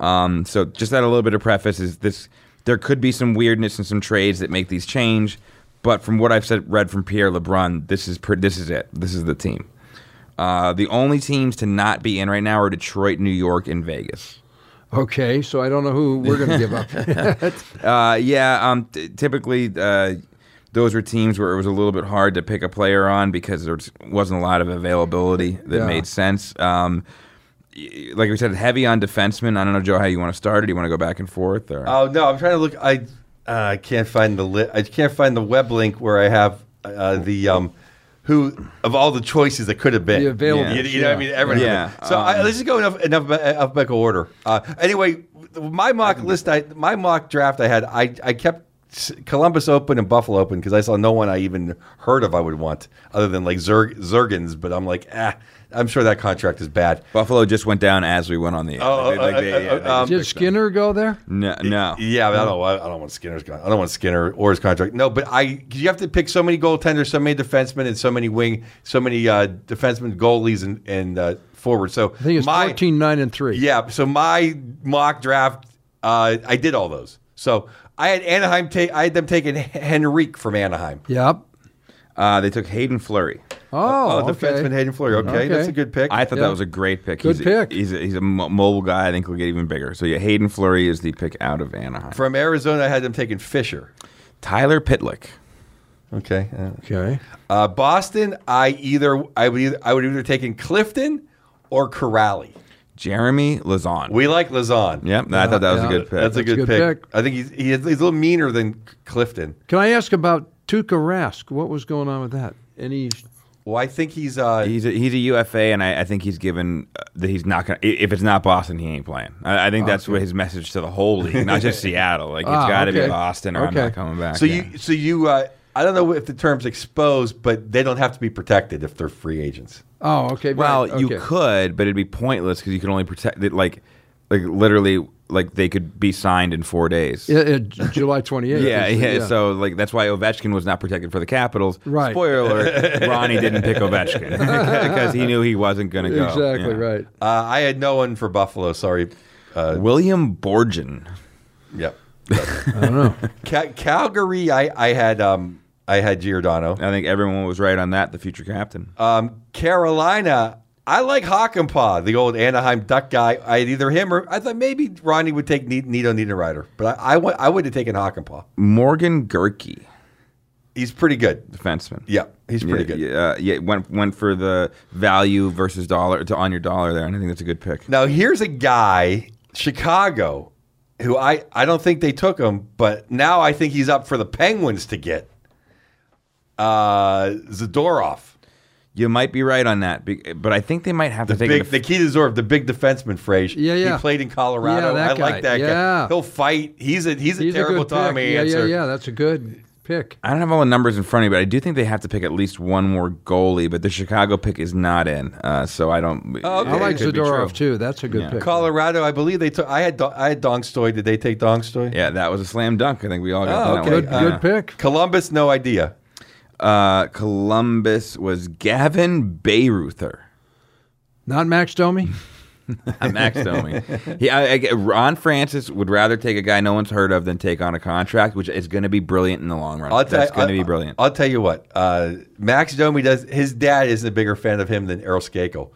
[SPEAKER 3] Um, so just that a little bit of preface is this: there could be some weirdness and some trades that make these change. But from what I've said, read from Pierre LeBrun, this is pre- this is it. This is the team. Uh, the only teams to not be in right now are Detroit, New York, and Vegas.
[SPEAKER 1] okay, so I don't know who we're going to give up.
[SPEAKER 3] Uh, yeah, um, t- typically uh, those were teams where it was a little bit hard to pick a player on because there just wasn't a lot of availability that
[SPEAKER 1] Yeah.
[SPEAKER 3] made sense. Um, y- like we said, heavy on defensemen. I don't know, Joe, how you want to start it. Do you want to go back and forth? Or?
[SPEAKER 1] Uh,
[SPEAKER 2] Oh no, I'm trying to look. I uh, I can't find the li- I can't find the web link where I have uh, the um, who of all the choices that could have been
[SPEAKER 1] The available-
[SPEAKER 2] You, you know what I mean?
[SPEAKER 1] yeah.
[SPEAKER 2] Everyone.
[SPEAKER 3] Yeah.
[SPEAKER 2] So I,
[SPEAKER 3] Um,
[SPEAKER 2] let's just go in alph- in alpha- alphabetical order. Uh, anyway, my mock list, I my mock draft I had, I I kept. s- Columbus Open and Buffalo Open because I saw no one I even heard of I would want other than like Zerg, Zergens, but I'm like, ah, I'm sure that contract is bad.
[SPEAKER 3] Buffalo just went down as we went on the air.
[SPEAKER 2] Oh,
[SPEAKER 3] Like they- like
[SPEAKER 2] uh,
[SPEAKER 3] they-
[SPEAKER 2] uh,
[SPEAKER 3] yeah, they
[SPEAKER 2] uh,
[SPEAKER 3] just
[SPEAKER 1] Did
[SPEAKER 3] picked
[SPEAKER 1] Skinner go there?
[SPEAKER 3] them. No, no.
[SPEAKER 2] Yeah, but I don't. I don't want Skinner's. Con- I don't want Skinner or his contract. No, but I. 'cause You have to pick so many goaltenders, so many defensemen, and so many wing, so many uh, defensemen, goalies, and and uh, forwards. So
[SPEAKER 1] I think it's
[SPEAKER 2] my,
[SPEAKER 1] fourteen nine and 3.
[SPEAKER 2] Yeah. So my mock draft, uh, I did all those. So I had Anaheim. Ta- I had them taking Henrique from Anaheim.
[SPEAKER 1] Yep.
[SPEAKER 3] Uh, they took Hayden Flurry.
[SPEAKER 1] Oh, okay.
[SPEAKER 2] Uh, defenseman Hayden Fleury. Okay,
[SPEAKER 1] Okay.
[SPEAKER 2] that's a good pick.
[SPEAKER 3] I thought
[SPEAKER 1] Yeah.
[SPEAKER 3] that was a great pick.
[SPEAKER 1] Good
[SPEAKER 3] he's
[SPEAKER 1] pick.
[SPEAKER 3] A, he's a, he's a mo- mobile guy. I think he'll get even bigger. So yeah, Hayden Flurry is the pick out of Anaheim.
[SPEAKER 2] from Arizona, I had them taking Fisher.
[SPEAKER 3] Tyler Pitlick.
[SPEAKER 2] Okay. uh,
[SPEAKER 1] Okay.
[SPEAKER 2] Uh, Boston, I either I would either, I would either taken Clifton or Corrali.
[SPEAKER 3] Jeremy Lazon.
[SPEAKER 2] We like Lazon.
[SPEAKER 3] Yep, no, I thought that was a good pick.
[SPEAKER 2] That's a good,
[SPEAKER 1] good
[SPEAKER 2] pick.
[SPEAKER 1] pick.
[SPEAKER 2] I think he's, he's he's a little meaner than Clifton.
[SPEAKER 1] Can I ask about Tuka Rask? What was going on with that? Any
[SPEAKER 2] Well, I think he's uh,
[SPEAKER 3] he's a, he's a UFA, and I, I think he's given uh, that he's not gonna. i- If it's not Boston, he ain't playing. I, I think that's what his message to the whole league, not just Seattle. Like it's
[SPEAKER 1] Ah,
[SPEAKER 3] got to
[SPEAKER 1] okay.
[SPEAKER 3] be Boston, or I'm
[SPEAKER 1] Okay.
[SPEAKER 3] not coming back.
[SPEAKER 2] so
[SPEAKER 3] Yeah.
[SPEAKER 2] you so you uh, I don't know if the term's exposed, but they don't have to be protected if they're free agents.
[SPEAKER 1] Oh, okay.
[SPEAKER 3] Well,
[SPEAKER 1] right,
[SPEAKER 3] you
[SPEAKER 1] okay.
[SPEAKER 3] could, but it'd be pointless because you could only protect it. Like, like literally, like they could be signed in four days.
[SPEAKER 1] Yeah, yeah, J- July 28th.
[SPEAKER 3] Yeah,
[SPEAKER 1] is-
[SPEAKER 3] yeah, So like that's why Ovechkin was not protected for the Capitals.
[SPEAKER 1] Right.
[SPEAKER 3] Spoiler alert: Ronnie didn't pick Ovechkin because he knew he wasn't going to go.
[SPEAKER 1] exactly
[SPEAKER 3] Yeah.
[SPEAKER 1] right.
[SPEAKER 2] Uh, I had no one for Buffalo. Sorry. Uh,
[SPEAKER 3] William Borgen.
[SPEAKER 2] yep.
[SPEAKER 1] I don't know.
[SPEAKER 2] Ca- Calgary, I I had um I had Giordano.
[SPEAKER 3] I think everyone was right on that. The future captain.
[SPEAKER 2] Um, Carolina. I like Hockenpah, the old Anaheim Duck guy. I had either him or I thought maybe Ronnie would take Ne- Nito Niederreiter, but I, I, wa- I would have taken Hockenpah.
[SPEAKER 3] Morgan Gerke,
[SPEAKER 2] He's pretty good.
[SPEAKER 3] defenseman.
[SPEAKER 2] Yeah, he's pretty good.
[SPEAKER 3] Yeah, uh, yeah, went went for the value versus dollar to on your dollar there, and I think that's a good pick.
[SPEAKER 2] Now here's a guy, Chicago, who I I don't think they took him, but now I think he's up for the Penguins to get. Uh Zadorov,
[SPEAKER 3] You might be right on that, be- but I think they might have to take a
[SPEAKER 2] big
[SPEAKER 3] def-
[SPEAKER 2] Nikita Zadorov, the big defenseman, Frage.
[SPEAKER 1] Yeah, yeah.
[SPEAKER 2] He played in Colorado.
[SPEAKER 1] Yeah, that
[SPEAKER 2] I like
[SPEAKER 1] guy.
[SPEAKER 2] that
[SPEAKER 1] Yeah.
[SPEAKER 2] guy. He'll fight. He's a he's a
[SPEAKER 1] He's
[SPEAKER 2] terrible
[SPEAKER 1] a good
[SPEAKER 2] Tommy
[SPEAKER 1] pick. Yeah,
[SPEAKER 2] answer.
[SPEAKER 1] yeah, yeah. That's a good pick.
[SPEAKER 3] I don't have all the numbers in front of me, but I do think they have to pick at least one more goalie. But the Chicago pick is not in, uh, so I don't.
[SPEAKER 2] Oh, okay.
[SPEAKER 1] I like
[SPEAKER 3] could be
[SPEAKER 1] Zadorov
[SPEAKER 3] true.
[SPEAKER 1] too. That's a good pick.
[SPEAKER 2] Colorado, I believe they took. I had Do- I had Dongstoy. Did they take Dongstoy?
[SPEAKER 3] Yeah, that was a slam dunk. I think we all got
[SPEAKER 2] Oh,
[SPEAKER 3] that
[SPEAKER 2] okay.
[SPEAKER 3] one.
[SPEAKER 1] Good,
[SPEAKER 3] Yeah.
[SPEAKER 1] good pick.
[SPEAKER 2] Columbus, no idea.
[SPEAKER 3] Uh, Columbus was Gavin Bayreuther.
[SPEAKER 1] Not Max Domi.
[SPEAKER 3] I'm Max Domi. He, I, I get- Ron Francis would rather take a guy no one's heard of than take on a contract, which is going to be brilliant in the long run.
[SPEAKER 2] I'll tell
[SPEAKER 3] That's
[SPEAKER 2] you-
[SPEAKER 3] going to
[SPEAKER 2] I'll-
[SPEAKER 3] be brilliant.
[SPEAKER 2] I'll tell you what. Uh, Max Domi does. His dad isn't a bigger fan of him than Earl Skakel.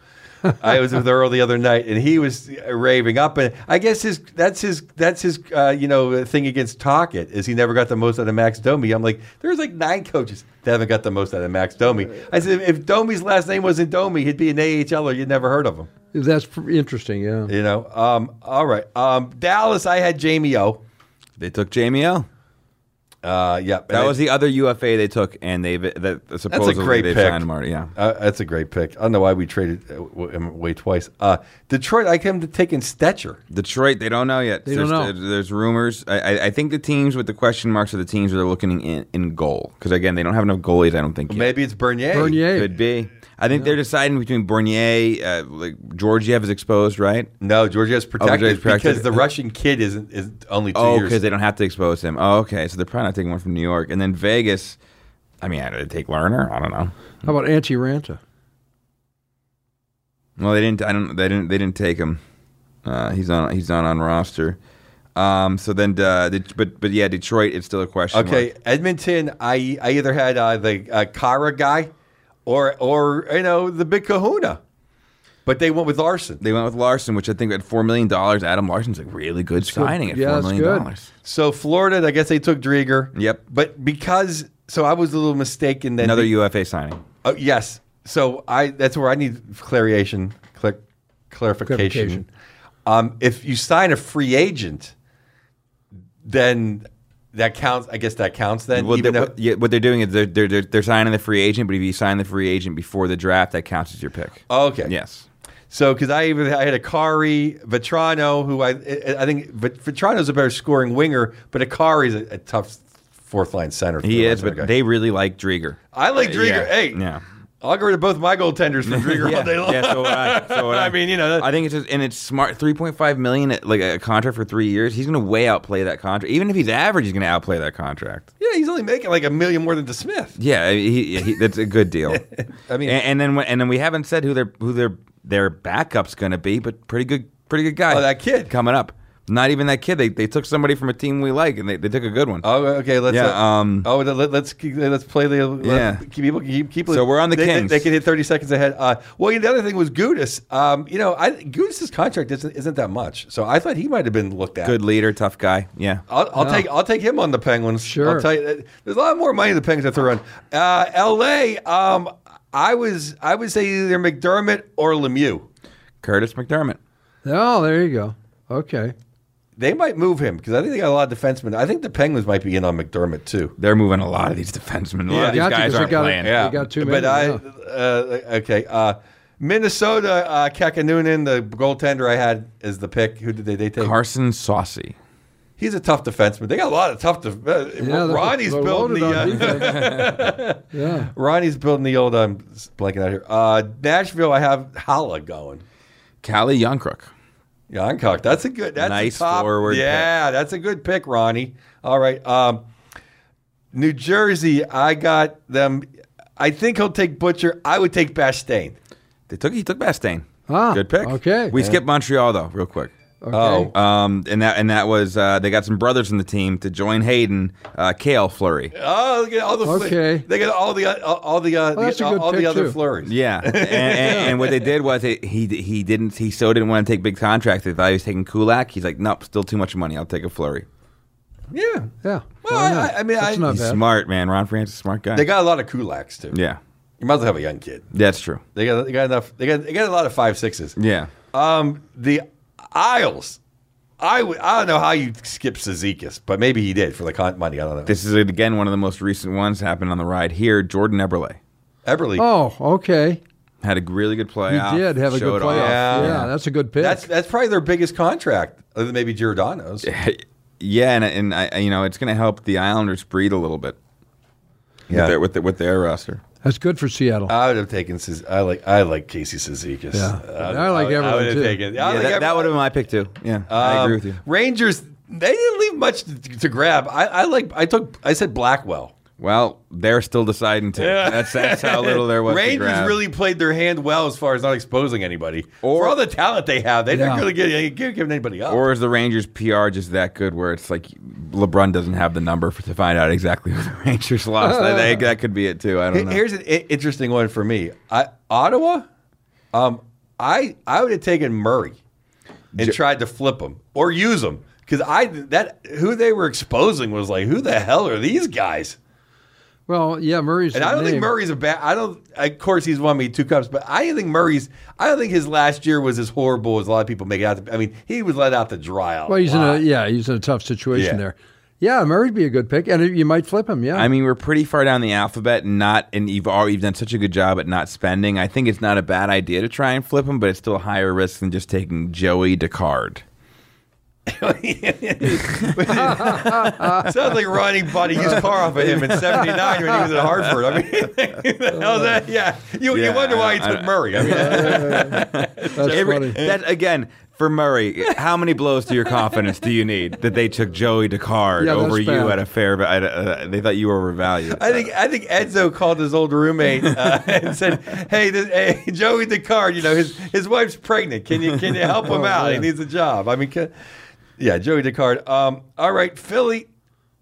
[SPEAKER 2] I was with Earl the other night, and he was raving up. And I guess his that's his that's his uh, you know thing against Tockett is he never got the most out of Max Domi. I'm like, there's like nine coaches that haven't got the most out of Max Domi. I said, if Domi's last name wasn't Domi, he'd be an AHLer. You'd never heard of him.
[SPEAKER 1] That's pr- interesting. Yeah.
[SPEAKER 2] You know. Um, all right. Um, Dallas. I had Jamie O.
[SPEAKER 3] they took Jamie O.
[SPEAKER 2] Uh, yeah,
[SPEAKER 3] That was the other UFA they took, and they that supposedly
[SPEAKER 2] great
[SPEAKER 3] they
[SPEAKER 2] pick.
[SPEAKER 3] signed Marty. Yeah,
[SPEAKER 2] Uh, that's a great pick. I don't know why we traded uh, w- him way twice. Uh, Detroit, I came to take in Stetcher.
[SPEAKER 3] Detroit. They don't know yet.
[SPEAKER 1] They don't
[SPEAKER 3] there's,
[SPEAKER 1] know.
[SPEAKER 3] There's rumors. I, I, I think the teams with the question marks are the teams that are looking in, in goal because again they don't have enough goalies. I don't think. yet.
[SPEAKER 2] Maybe it's Bernier.
[SPEAKER 1] Bernier.
[SPEAKER 3] Could be. I think they're deciding between Bernier, uh, like Georgiev is exposed, right?
[SPEAKER 2] No, Georgiev's protected
[SPEAKER 3] Georgiev's Oh, protected.
[SPEAKER 2] because the Russian kid isn't is only two
[SPEAKER 3] Oh,
[SPEAKER 2] years.
[SPEAKER 3] because they don't have to expose him. Oh, okay. So they're probably not taking one from New York. And then Vegas, I mean, did they take Lerner? I don't know.
[SPEAKER 1] How about Antti Ranta?
[SPEAKER 3] Well, they didn't. I don't. They didn't. They didn't take him. Uh, he's on. He's not on roster. Um, so then, uh, det- but but yeah, Detroit. It's still a question.
[SPEAKER 2] Okay,
[SPEAKER 3] mark.
[SPEAKER 2] Edmonton. I I either had uh, the uh, Kara guy, or or you know the Big Kahuna, but they went with Larson.
[SPEAKER 3] They went with Larson, which I think at four million dollars, Adam Larson's a really good signing
[SPEAKER 1] Yeah,
[SPEAKER 3] at
[SPEAKER 1] that's
[SPEAKER 3] four million
[SPEAKER 1] good.
[SPEAKER 3] dollars.
[SPEAKER 2] So Florida, I guess they took Drieger.
[SPEAKER 3] Yep.
[SPEAKER 2] But because so I was a little mistaken. Then
[SPEAKER 3] Another
[SPEAKER 2] the-
[SPEAKER 3] UFA signing.
[SPEAKER 2] Oh, yes. So I that's where I need clarification. Cl- clarification.
[SPEAKER 1] Clarification.
[SPEAKER 2] Um, if you sign a free agent, then that counts. I guess that counts. Then
[SPEAKER 3] Well,
[SPEAKER 2] even
[SPEAKER 3] they-
[SPEAKER 2] though-
[SPEAKER 3] what, yeah, what they're doing is they're, they're they're they're signing the free agent, but if you sign the free agent before the draft, that counts as your pick.
[SPEAKER 2] Oh, okay.
[SPEAKER 3] Yes.
[SPEAKER 2] So because I even I had Akari Vetrano, who I I I think Vet- Vetrano's a better scoring winger, but Akari's a, a tough fourth line center.
[SPEAKER 3] He is, but
[SPEAKER 2] Okay.
[SPEAKER 3] they really like Drieger.
[SPEAKER 2] I like Drieger.
[SPEAKER 3] Yeah.
[SPEAKER 2] Hey,
[SPEAKER 3] Yeah.
[SPEAKER 2] I'll get rid of both my goaltenders for Drieger all day long.
[SPEAKER 3] Yeah, so would I. So would
[SPEAKER 2] I mean, you know, that-
[SPEAKER 3] I think it's just and it's smart. Three point five million, like a contract for three years. He's going to way outplay that contract. Even if he's average, he's going to outplay that contract.
[SPEAKER 2] Yeah, he's only making like a million more than DeSmith.
[SPEAKER 3] Yeah, he, he, that's a good deal.
[SPEAKER 2] I mean-
[SPEAKER 3] and, and then when- and then we haven't said who their who their their backup's going to be, but pretty good, pretty good guy.
[SPEAKER 2] Oh, that kid.
[SPEAKER 3] coming up. Not even that kid. They, they took somebody from a team we like, and they, they took a good one.
[SPEAKER 2] Oh, okay. Let's.
[SPEAKER 3] Yeah,
[SPEAKER 2] uh,
[SPEAKER 3] um,
[SPEAKER 2] oh, let, let's keep- let's play the. Let,
[SPEAKER 3] Yeah.
[SPEAKER 2] Keep people keep, keep.
[SPEAKER 3] So we're on the
[SPEAKER 2] they,
[SPEAKER 3] Kings.
[SPEAKER 2] They, they can hit thirty seconds ahead. Uh, well, you know, the other thing was Gudis. Um, you know, I Gudis's contract isn't, isn't that much, so I thought he might have been looked at.
[SPEAKER 3] good leader, tough guy. Yeah.
[SPEAKER 2] I'll, I'll take I'll take him on the Penguins.
[SPEAKER 1] Sure.
[SPEAKER 2] I'll tell you, uh, there's a lot more money the Penguins have to run. Uh, L.A. Um, I was I would say either McDermott or Lemieux.
[SPEAKER 3] Curtis McDermott.
[SPEAKER 1] Oh, there you go. Okay.
[SPEAKER 2] They might move him because I think they got a lot of defensemen. I think the Penguins might be in on McDermott too.
[SPEAKER 3] They're moving a lot of these defensemen. A lot
[SPEAKER 2] Yeah,
[SPEAKER 3] of these
[SPEAKER 1] got to, 'cause
[SPEAKER 3] guys
[SPEAKER 1] they
[SPEAKER 3] aren't
[SPEAKER 1] got-
[SPEAKER 3] playing.
[SPEAKER 1] Yeah. got too
[SPEAKER 2] But
[SPEAKER 1] many,
[SPEAKER 2] I,
[SPEAKER 1] yeah.
[SPEAKER 2] uh, okay. Uh, Minnesota, uh, Kakanunin, the goaltender I had is the pick. Who did they, they take?
[SPEAKER 3] Carson Saucy.
[SPEAKER 2] He's a tough defenseman. They got a lot of tough. Def- uh,
[SPEAKER 1] Yeah, they're-
[SPEAKER 2] Ronnie's
[SPEAKER 1] they're
[SPEAKER 2] building the.
[SPEAKER 1] loaded on
[SPEAKER 2] Uh,
[SPEAKER 1] defense. yeah.
[SPEAKER 2] Ronnie's building the old. I'm blanking out here. Uh, Nashville, I have Hala going.
[SPEAKER 3] Callie Yonkrook.
[SPEAKER 2] Yankock, that's a good. That's
[SPEAKER 3] Nice
[SPEAKER 2] a top,
[SPEAKER 3] forward
[SPEAKER 2] Yeah, that's a good pick, Ronnie. All right. Um, New Jersey, I got them. I think he'll take Butcher. I would take Bastain.
[SPEAKER 3] They took he took Bastain.
[SPEAKER 1] Ah,
[SPEAKER 3] Good pick.
[SPEAKER 1] okay.
[SPEAKER 3] We skipped Montreal though, real quick.
[SPEAKER 1] Okay.
[SPEAKER 2] Oh,
[SPEAKER 3] Um, and that and that was uh, they got some brothers in the team to join Hayden, uh, Kale Flurry.
[SPEAKER 2] Oh, look at all the fl-
[SPEAKER 1] Okay.
[SPEAKER 2] They got all the uh, all the uh,
[SPEAKER 1] that's
[SPEAKER 2] the,
[SPEAKER 1] a good
[SPEAKER 2] all the
[SPEAKER 1] pick,
[SPEAKER 2] other
[SPEAKER 1] too.
[SPEAKER 2] flurries.
[SPEAKER 3] Yeah, and, and, and what they did was it, he he didn't he so didn't want to take big contracts. They thought he was taking Kulak. He's like, nope, still too much money. I'll take a Flurry.
[SPEAKER 2] yeah.
[SPEAKER 1] Yeah.
[SPEAKER 2] Well,
[SPEAKER 1] Why
[SPEAKER 2] I-
[SPEAKER 1] not?
[SPEAKER 2] I- I mean,
[SPEAKER 1] That's
[SPEAKER 2] I-
[SPEAKER 1] not
[SPEAKER 3] He's
[SPEAKER 1] bad.
[SPEAKER 3] smart, man. Ron France is a smart guy.
[SPEAKER 2] They got a lot of kulaks too.
[SPEAKER 3] yeah,
[SPEAKER 2] you might as well have a young kid.
[SPEAKER 3] that's true.
[SPEAKER 2] They got they got enough. They got they got a lot of five sixes.
[SPEAKER 3] Yeah,
[SPEAKER 2] Um, the Isles. I w- I don't know how you skip Sezikis, but maybe he did for the con- money. I don't know.
[SPEAKER 3] this is again one of the most recent ones happened on the ride here. Jordan Eberle
[SPEAKER 2] Eberle.
[SPEAKER 1] Oh, okay.
[SPEAKER 3] had a really good play.
[SPEAKER 1] You did have a good playoff. Yeah.
[SPEAKER 2] Yeah.
[SPEAKER 1] that's a good pick.
[SPEAKER 2] That's that's probably their biggest contract, other than maybe Giordano's.
[SPEAKER 3] Yeah, and and I, I- you know it's going to help the Islanders breathe a little bit.
[SPEAKER 2] Yeah.
[SPEAKER 3] with their, with, their, with their roster.
[SPEAKER 1] That's good for Seattle.
[SPEAKER 2] I would have taken. Sez- I like I like Casey Sezikis.
[SPEAKER 1] Yeah. I like
[SPEAKER 2] I
[SPEAKER 1] everyone,
[SPEAKER 2] would have
[SPEAKER 1] too.
[SPEAKER 2] taken. I
[SPEAKER 3] Yeah,
[SPEAKER 2] like
[SPEAKER 3] that,
[SPEAKER 2] everyone.
[SPEAKER 3] that would have been my pick too. Yeah, I agree
[SPEAKER 2] Um,
[SPEAKER 3] with you.
[SPEAKER 2] Rangers, they didn't leave much to, to grab. I, I like. I took. I said Blackwell.
[SPEAKER 3] Well, they're still deciding to. That's that's how little there was. to
[SPEAKER 2] Rangers
[SPEAKER 3] grab.
[SPEAKER 2] really played their hand well as far as not exposing anybody.
[SPEAKER 3] Or-
[SPEAKER 2] For all the talent they have, they're
[SPEAKER 1] Yeah.
[SPEAKER 2] not really giving, giving anybody up.
[SPEAKER 3] Or is the Rangers PR just that good where it's like LeBron doesn't have the number for, to find out exactly who the Rangers lost? I think that could be it too. I don't know.
[SPEAKER 2] Here's an i- interesting one for me. I, Ottawa, um, I I would have taken Murray and tried to flip him or use him because I that who they were exposing was like who the hell are these guys?
[SPEAKER 1] well, yeah, Murray's.
[SPEAKER 2] And
[SPEAKER 1] the
[SPEAKER 2] I don't think
[SPEAKER 1] name.
[SPEAKER 2] Murray's a bad. I don't. Of course, he's won me two cups, but I don't think Murray's. I don't think his last year was as horrible as a lot of people make it out. To, I mean, he was let out to dry out.
[SPEAKER 1] Well, he's
[SPEAKER 2] lot.
[SPEAKER 1] in a yeah, he's in a tough situation
[SPEAKER 2] Yeah.
[SPEAKER 1] there. Yeah, Murray'd be a good pick, and you might flip him. Yeah,
[SPEAKER 3] I mean, we're pretty far down the alphabet, and not and you've already you've done such a good job at not spending. I think it's not a bad idea to try and flip him, but it's still a higher risk than just taking Joey Descartes.
[SPEAKER 2] Sounds like Ronnie bought a used car off of him in '79 when he was at Hartford. I mean, how's that? Yeah, you,
[SPEAKER 3] Yeah,
[SPEAKER 2] you wonder why he
[SPEAKER 3] I-
[SPEAKER 2] took Murray. I mean,
[SPEAKER 1] that's
[SPEAKER 3] Every-
[SPEAKER 1] funny.
[SPEAKER 3] that again for Murray. How many blows to your confidence do you need that they took Joey Descartes
[SPEAKER 1] Yeah, that's
[SPEAKER 3] over you
[SPEAKER 1] bad.
[SPEAKER 3] at a fair? va- At a, uh, they thought you were overvalued.
[SPEAKER 2] I think I think Edzo called his old roommate uh, and said, "Hey, this, hey, Joey Descartes, you know his his wife's pregnant. Can you can you help
[SPEAKER 3] Oh,
[SPEAKER 2] him out? He needs a job. I mean, can, yeah, Joey Descartes. Um, all right, Philly.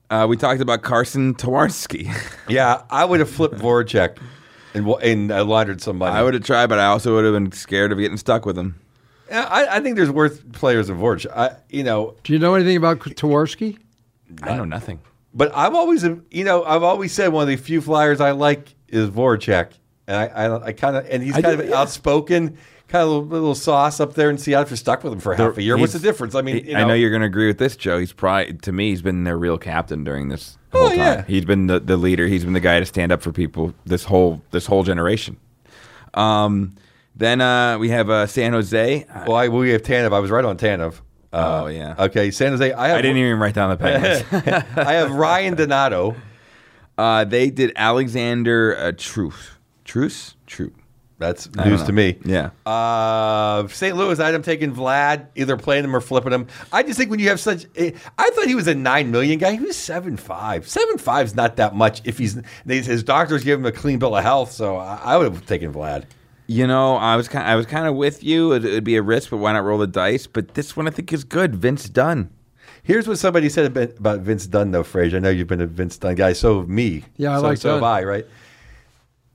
[SPEAKER 3] uh, we talked about Carson Towarski.
[SPEAKER 2] Yeah, I would have flipped Voracek and wa- and uh, laundered some money.
[SPEAKER 3] I would have tried, but I also would have been scared of getting stuck with him.
[SPEAKER 2] Yeah, I, I think there's worth players in Voracek. I, you know,
[SPEAKER 1] Do you know anything about Twarski?
[SPEAKER 3] I know nothing.
[SPEAKER 2] But I'm always, you know, I've always said one of the few flyers I like is Voracek, and I, I, I kind of, and he's
[SPEAKER 3] I
[SPEAKER 2] kind
[SPEAKER 3] do,
[SPEAKER 2] of
[SPEAKER 3] yeah.
[SPEAKER 2] outspoken, kind of a little, little sauce up there in Seattle. If you're stuck with him for half a year, what's the
[SPEAKER 3] He's-
[SPEAKER 2] difference? I mean,
[SPEAKER 3] he-
[SPEAKER 2] you know,
[SPEAKER 3] I know you're going to agree with this, Joe. He's probably to me, he's been their real captain during this
[SPEAKER 2] Oh,
[SPEAKER 3] whole time.
[SPEAKER 2] yeah.
[SPEAKER 3] He's been the, the leader. He's been the guy to stand up for people this whole this whole generation. Um, then uh, we have uh, San Jose. Uh,
[SPEAKER 2] Well, I, we have Tanev. I was right on Tanev. Uh,
[SPEAKER 3] oh yeah,
[SPEAKER 2] Okay, San Jose. I have,
[SPEAKER 3] I didn't even write down the Penguins.
[SPEAKER 2] I have Ryan Donato.
[SPEAKER 3] uh, they did Alexander uh, Truth. Truce? True.
[SPEAKER 2] That's news to me.
[SPEAKER 3] Yeah.
[SPEAKER 2] Uh, St. Louis, I'd have taken Vlad, either playing him or flipping him. I just think when you have such, eh, I thought he was a nine million guy. He was seven five. Seven five's not that much. If he's they, his doctors give him a clean bill of health, so I, I would have taken Vlad.
[SPEAKER 3] You know, I was kind I was kind of with you. It would be a risk, but why not roll the dice? But this one I think is good. Vince Dunn.
[SPEAKER 2] Here's what somebody said about, about Vince Dunn, though, Frazier. I know you've been a Vince Dunn guy. So have me.
[SPEAKER 1] Yeah, I
[SPEAKER 2] so,
[SPEAKER 1] like
[SPEAKER 2] so have
[SPEAKER 1] Dunn.
[SPEAKER 2] I, right?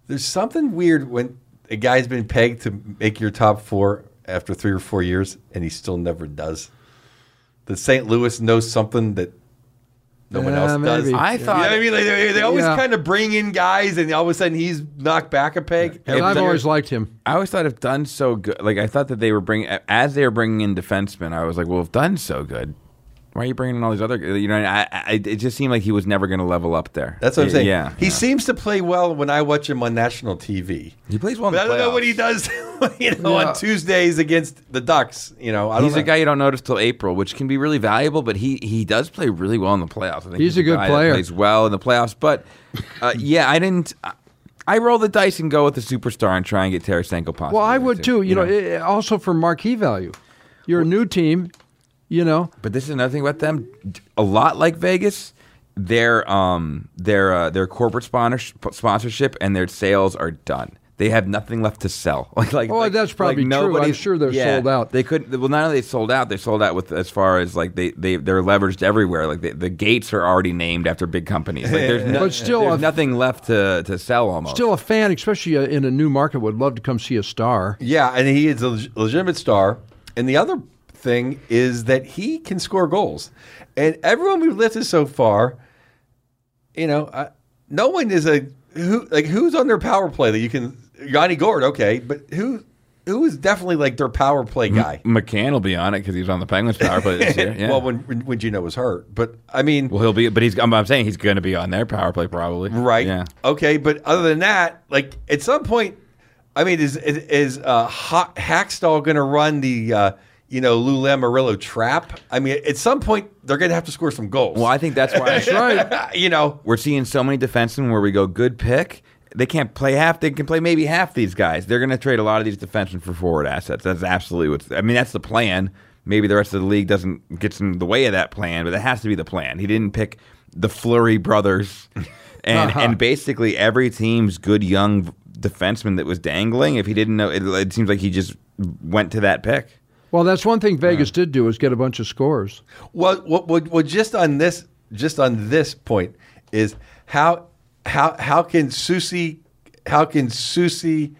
[SPEAKER 2] There's something weird when a guy's been pegged to make your top four after three or four years, and he still never does. The St. Louis knows something that no one
[SPEAKER 1] Yeah,
[SPEAKER 2] else does.
[SPEAKER 1] maybe.
[SPEAKER 3] I
[SPEAKER 2] You know
[SPEAKER 3] thought
[SPEAKER 2] what I mean? Like, they, they always
[SPEAKER 1] Yeah.
[SPEAKER 2] kind of bring in guys, and all of a sudden he's knocked back a peg.
[SPEAKER 1] And I've always liked him.
[SPEAKER 3] I always thought if Dunn's so good, like I thought that they were bringing as they were bringing in defensemen, I was like, well, if Dunn's so good, why are you bringing in all these other? You know, I, I it just seemed like he was never going to level up there.
[SPEAKER 2] That's what I'm saying.
[SPEAKER 3] Yeah,
[SPEAKER 2] he seems to play well when I watch him on national TV.
[SPEAKER 3] he plays well. In
[SPEAKER 2] But I
[SPEAKER 3] the
[SPEAKER 2] don't know
[SPEAKER 3] playoffs.
[SPEAKER 2] what he does, you know,
[SPEAKER 1] Yeah.
[SPEAKER 2] on Tuesdays against the Ducks. You know, I don't
[SPEAKER 3] He's
[SPEAKER 2] know.
[SPEAKER 3] a guy you don't notice till April, which can be really valuable. But he he does play really well in the playoffs. I think
[SPEAKER 1] He's a good
[SPEAKER 3] guy
[SPEAKER 1] player.
[SPEAKER 3] That plays well in the playoffs, but uh, yeah, I didn't. I, I roll the dice and go with the superstar and try and get Tarasenko. Possibly
[SPEAKER 1] Well, I
[SPEAKER 3] there,
[SPEAKER 1] would too. You know, it- it- also for marquee value. You're a new team, you know.
[SPEAKER 3] But this is another thing about them. D- A lot like Vegas, their um their uh, their corporate sponsor- sponsorship and their sales are done. They have nothing left to sell. Like, like
[SPEAKER 1] Oh,
[SPEAKER 3] like-
[SPEAKER 1] that's probably true. I'm
[SPEAKER 3] nobody's-
[SPEAKER 1] sure they're
[SPEAKER 3] yeah,
[SPEAKER 1] sold out.
[SPEAKER 3] They could well not only they sold out, they sold out with as far as like they they they're leveraged everywhere. Like they, the gates are already named after big companies. Like there's, no,
[SPEAKER 1] But still
[SPEAKER 3] there's
[SPEAKER 1] a-
[SPEAKER 3] nothing left to to sell almost.
[SPEAKER 1] Still a fan, especially uh, in a new market, would love to come see a star.
[SPEAKER 2] yeah, and he is a leg- legitimate star. And the other thing is that he can score goals. And everyone we've listed so far, you know, I, no one is a who like who's on their power play that you can Yanni Gord, okay, but who who is definitely like their power play guy?
[SPEAKER 3] McCann will be on it because he's on the Penguins power play this year. Yeah.
[SPEAKER 2] Well, when, when when Gino was hurt, but I mean,
[SPEAKER 3] well, he'll be, but he's. I'm, I'm saying he's going to be on their power play probably.
[SPEAKER 2] Right.
[SPEAKER 3] Yeah.
[SPEAKER 2] Okay. But other than that, like at some point, I mean, is is, is uh, Ha- Hackstall going to run the uh, you know Lou Lamarillo trap? I mean, at some point they're going to have to score some goals.
[SPEAKER 3] Well, I think that's why. that's
[SPEAKER 2] you know.
[SPEAKER 3] We're seeing so many defensemen where we go good pick. They can't play half. They can play maybe half these guys. They're going to trade a lot of these defensemen for forward assets. That's absolutely what's. I mean, that's the plan. Maybe the rest of the league doesn't gets in the way of that plan, but that has to be the plan. He didn't pick the Flurry brothers, and and basically every team's good young defenseman that was dangling. If he didn't know, it, it seems like he just went to that pick.
[SPEAKER 1] Well, that's one thing Vegas did do is get a bunch of scores.
[SPEAKER 2] Well, well, well, well, just on this, just on this point is how how how can Susie how can Susie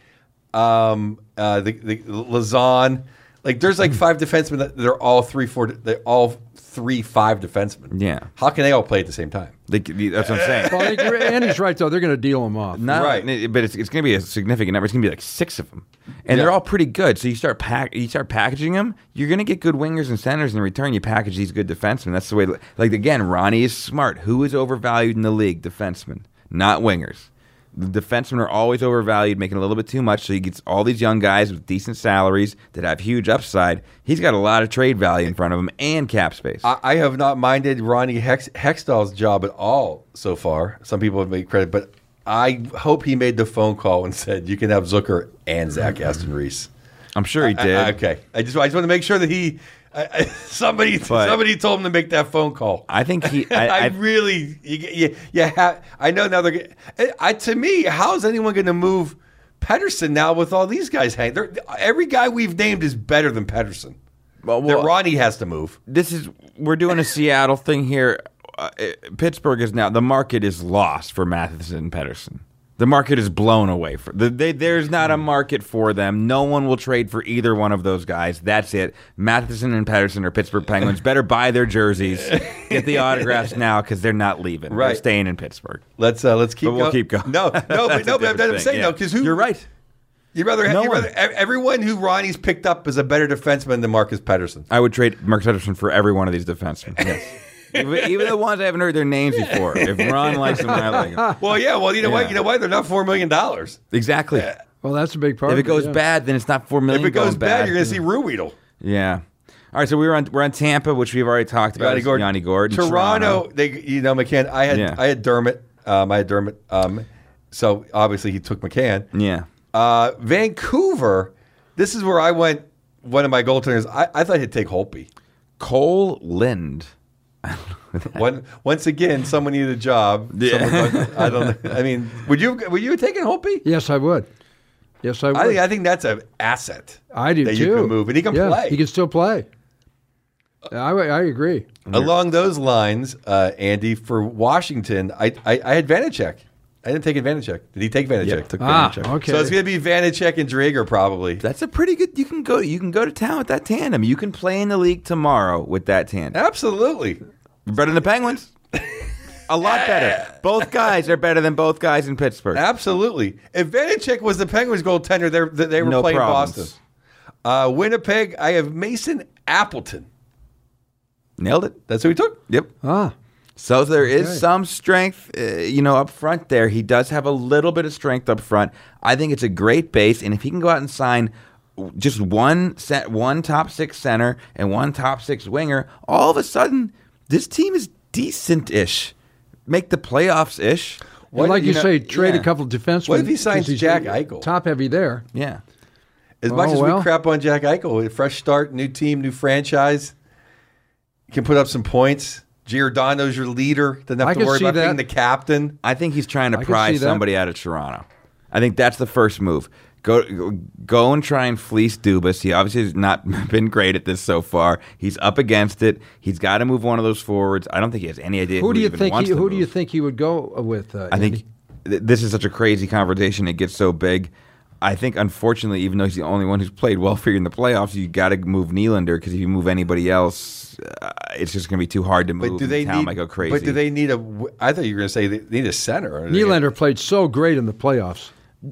[SPEAKER 2] um, uh, the, the Lazan Like there's like five defensemen that they're all three four. They all three five defensemen.
[SPEAKER 3] Yeah.
[SPEAKER 2] How can they all play at the same time?
[SPEAKER 3] Like, that's what I'm saying.
[SPEAKER 1] Well, I think Andy's right though. They're going to deal him off.
[SPEAKER 3] Not
[SPEAKER 2] Right.
[SPEAKER 3] right, but it's, it's going to be a significant number. It's going to be like six of them, and
[SPEAKER 2] Yeah.
[SPEAKER 3] they're all pretty good. So you start pack, you start packaging them. You're going to get good wingers and centers in return. You package these good defensemen. That's the way. Like again, Ronnie is smart. Who is overvalued in the league? Defensemen, not wingers. The defensemen are always overvalued, making a little bit too much. So he gets all these young guys with decent salaries that have huge upside. He's got a lot of trade value in front of him and cap space.
[SPEAKER 2] I, I have not minded Ronnie Hex, Hextall's job at all so far. Some people have made credit, but I hope he made the phone call and said you can have Zucker and Zach Aston Reese.
[SPEAKER 3] I'm sure he did.
[SPEAKER 2] I- I- okay, I just I just want to make sure that he I, I, somebody
[SPEAKER 3] But-
[SPEAKER 2] somebody told him to make that phone call.
[SPEAKER 3] I think he.
[SPEAKER 2] I,
[SPEAKER 3] I, I,
[SPEAKER 2] really, you, you, you have, I know now they're. get- I, I to me, how is anyone going to move Pedersen now with all these guys hanging? They're, every guy we've named is better than Pedersen.
[SPEAKER 3] Well,
[SPEAKER 2] that
[SPEAKER 3] well-
[SPEAKER 2] Ronnie has to move.
[SPEAKER 3] this is we're doing a Seattle thing here. Uh, it- Pittsburgh is now the market is lost for Matheson and Pedersen. The market is blown away for the, they, there's not a market for them. No one will trade for either one of those guys. That's it. Matheson and Pedersen are Pittsburgh Penguins. Better buy their jerseys, get the autographs now because they're not leaving. They're
[SPEAKER 2] Right.
[SPEAKER 3] staying in Pittsburgh.
[SPEAKER 2] Let's uh, let's keep.
[SPEAKER 3] But we'll
[SPEAKER 2] go-
[SPEAKER 3] keep going.
[SPEAKER 2] No, no,
[SPEAKER 3] That's
[SPEAKER 2] but,
[SPEAKER 3] a
[SPEAKER 2] no. But
[SPEAKER 3] different
[SPEAKER 2] I'm
[SPEAKER 3] thing,
[SPEAKER 2] saying
[SPEAKER 3] yeah.
[SPEAKER 2] no because who
[SPEAKER 3] You're right.
[SPEAKER 2] You'd rather, have
[SPEAKER 3] No
[SPEAKER 2] you'd
[SPEAKER 3] one.
[SPEAKER 2] rather e- everyone who Ronnie's picked up is a better defenseman than Marcus Pedersen.
[SPEAKER 3] I would trade Mark Pedersen for every one of these defensemen. Yes. even, even the ones I haven't heard their names before. If Ron likes them, I like them.
[SPEAKER 2] Well, yeah. Well, you know
[SPEAKER 3] Yeah.
[SPEAKER 2] what? You know what? They're not four million dollars.
[SPEAKER 3] Exactly.
[SPEAKER 1] Well, that's a big part.
[SPEAKER 3] If it
[SPEAKER 1] of
[SPEAKER 3] goes
[SPEAKER 1] yeah.
[SPEAKER 3] bad, then it's not four
[SPEAKER 2] If
[SPEAKER 3] million.
[SPEAKER 2] it goes
[SPEAKER 3] going
[SPEAKER 2] bad, you're going to see Ruweedle.
[SPEAKER 3] Yeah. All right, so we were on we're on Tampa, which we've already talked about. Yanni Gord. Yanni Gord.
[SPEAKER 2] Toronto, They, you know, McCann. I had,
[SPEAKER 3] Yeah.
[SPEAKER 2] I had Dermott. Um, I had Dermott. Um, so obviously he took McCann.
[SPEAKER 3] Yeah.
[SPEAKER 2] Uh, Vancouver. This is where I went. One of my goaltenders. I, I thought he'd take Holtby.
[SPEAKER 3] Cole Lind.
[SPEAKER 2] One, once again, someone needed a job.
[SPEAKER 3] Yeah.
[SPEAKER 2] Someone- I don't. know. I mean, would you? Would you have taken Holtby?
[SPEAKER 1] Yes, I would. Yes, I would.
[SPEAKER 2] I think. I think that's an asset.
[SPEAKER 1] I do
[SPEAKER 2] that
[SPEAKER 1] too.
[SPEAKER 2] you can move and he can
[SPEAKER 1] Yeah,
[SPEAKER 2] play. Uh,
[SPEAKER 1] He can still play. I, I agree.
[SPEAKER 2] Along those lines, uh, Andy, for Washington, I, I, I had Vanacek. I didn't take Vanacek. Did he take Vanacek?
[SPEAKER 3] took
[SPEAKER 1] Ah,
[SPEAKER 3] Vanacek.
[SPEAKER 1] okay.
[SPEAKER 2] So it's going to be Vanacek and Drager probably.
[SPEAKER 3] That's a pretty good you can go you can go to town with that tandem. You can play in the league tomorrow with that tandem.
[SPEAKER 2] Absolutely.
[SPEAKER 3] You're better than the Penguins. A lot better. Both guys are better than both guys in Pittsburgh.
[SPEAKER 2] Absolutely. If Vanacek was the Penguins goaltender, they're- they, they were
[SPEAKER 3] No
[SPEAKER 2] playing
[SPEAKER 3] problems.
[SPEAKER 2] Boston. Uh, Winnipeg, I have Mason Appleton.
[SPEAKER 3] Nailed it.
[SPEAKER 2] That's who he took.
[SPEAKER 3] Yep.
[SPEAKER 1] Ah,
[SPEAKER 3] So there is
[SPEAKER 1] Okay.
[SPEAKER 3] some strength, uh, you know, up front there. He does have a little bit of strength up front. I think it's a great base, and if he can go out and sign w- just one set, one top six center and one top six winger, all of a sudden this team is decent-ish, make the playoffs-ish.
[SPEAKER 2] What-
[SPEAKER 1] and like you,
[SPEAKER 2] you know-
[SPEAKER 1] say, trade
[SPEAKER 3] yeah.
[SPEAKER 1] a couple defensemen.
[SPEAKER 2] What if he signs
[SPEAKER 1] 'cause he's
[SPEAKER 2] Jack Eichel?
[SPEAKER 1] Top heavy there.
[SPEAKER 3] Yeah,
[SPEAKER 2] As much
[SPEAKER 1] Oh,
[SPEAKER 2] as
[SPEAKER 1] well.
[SPEAKER 2] we crap on Jack Eichel, a fresh start, new team, new franchise, can put up some points. Giordano's your leader. Doesn't have
[SPEAKER 1] I
[SPEAKER 2] to
[SPEAKER 1] can
[SPEAKER 2] worry
[SPEAKER 1] see
[SPEAKER 2] about
[SPEAKER 1] that.
[SPEAKER 2] being the captain.
[SPEAKER 3] I think he's trying to
[SPEAKER 1] I can see
[SPEAKER 3] pry
[SPEAKER 1] that.
[SPEAKER 3] somebody out of Toronto. I think that's the first move. Go go and try and fleece Dubas. He obviously has not been great at this so far. He's up against it. He's got to move one of those forwards. I don't think he has any idea. Who,
[SPEAKER 1] Who do you
[SPEAKER 3] even
[SPEAKER 1] think?
[SPEAKER 3] Wants
[SPEAKER 1] He,
[SPEAKER 3] to
[SPEAKER 1] who do
[SPEAKER 3] move.
[SPEAKER 1] you think he would go with? Uh,
[SPEAKER 3] I think th- this is such a crazy conversation. It gets so big. I think, unfortunately, even though he's the only one who's played well for you in the playoffs, you got to move Nylander because if you move anybody else, uh, it's just going to be too hard to move.
[SPEAKER 2] But do
[SPEAKER 3] and
[SPEAKER 2] they
[SPEAKER 3] town
[SPEAKER 2] need?
[SPEAKER 3] might go crazy.
[SPEAKER 2] But do they need a? w- I thought you were going to say they need a center. Are they-
[SPEAKER 1] Nylander played so great in the playoffs.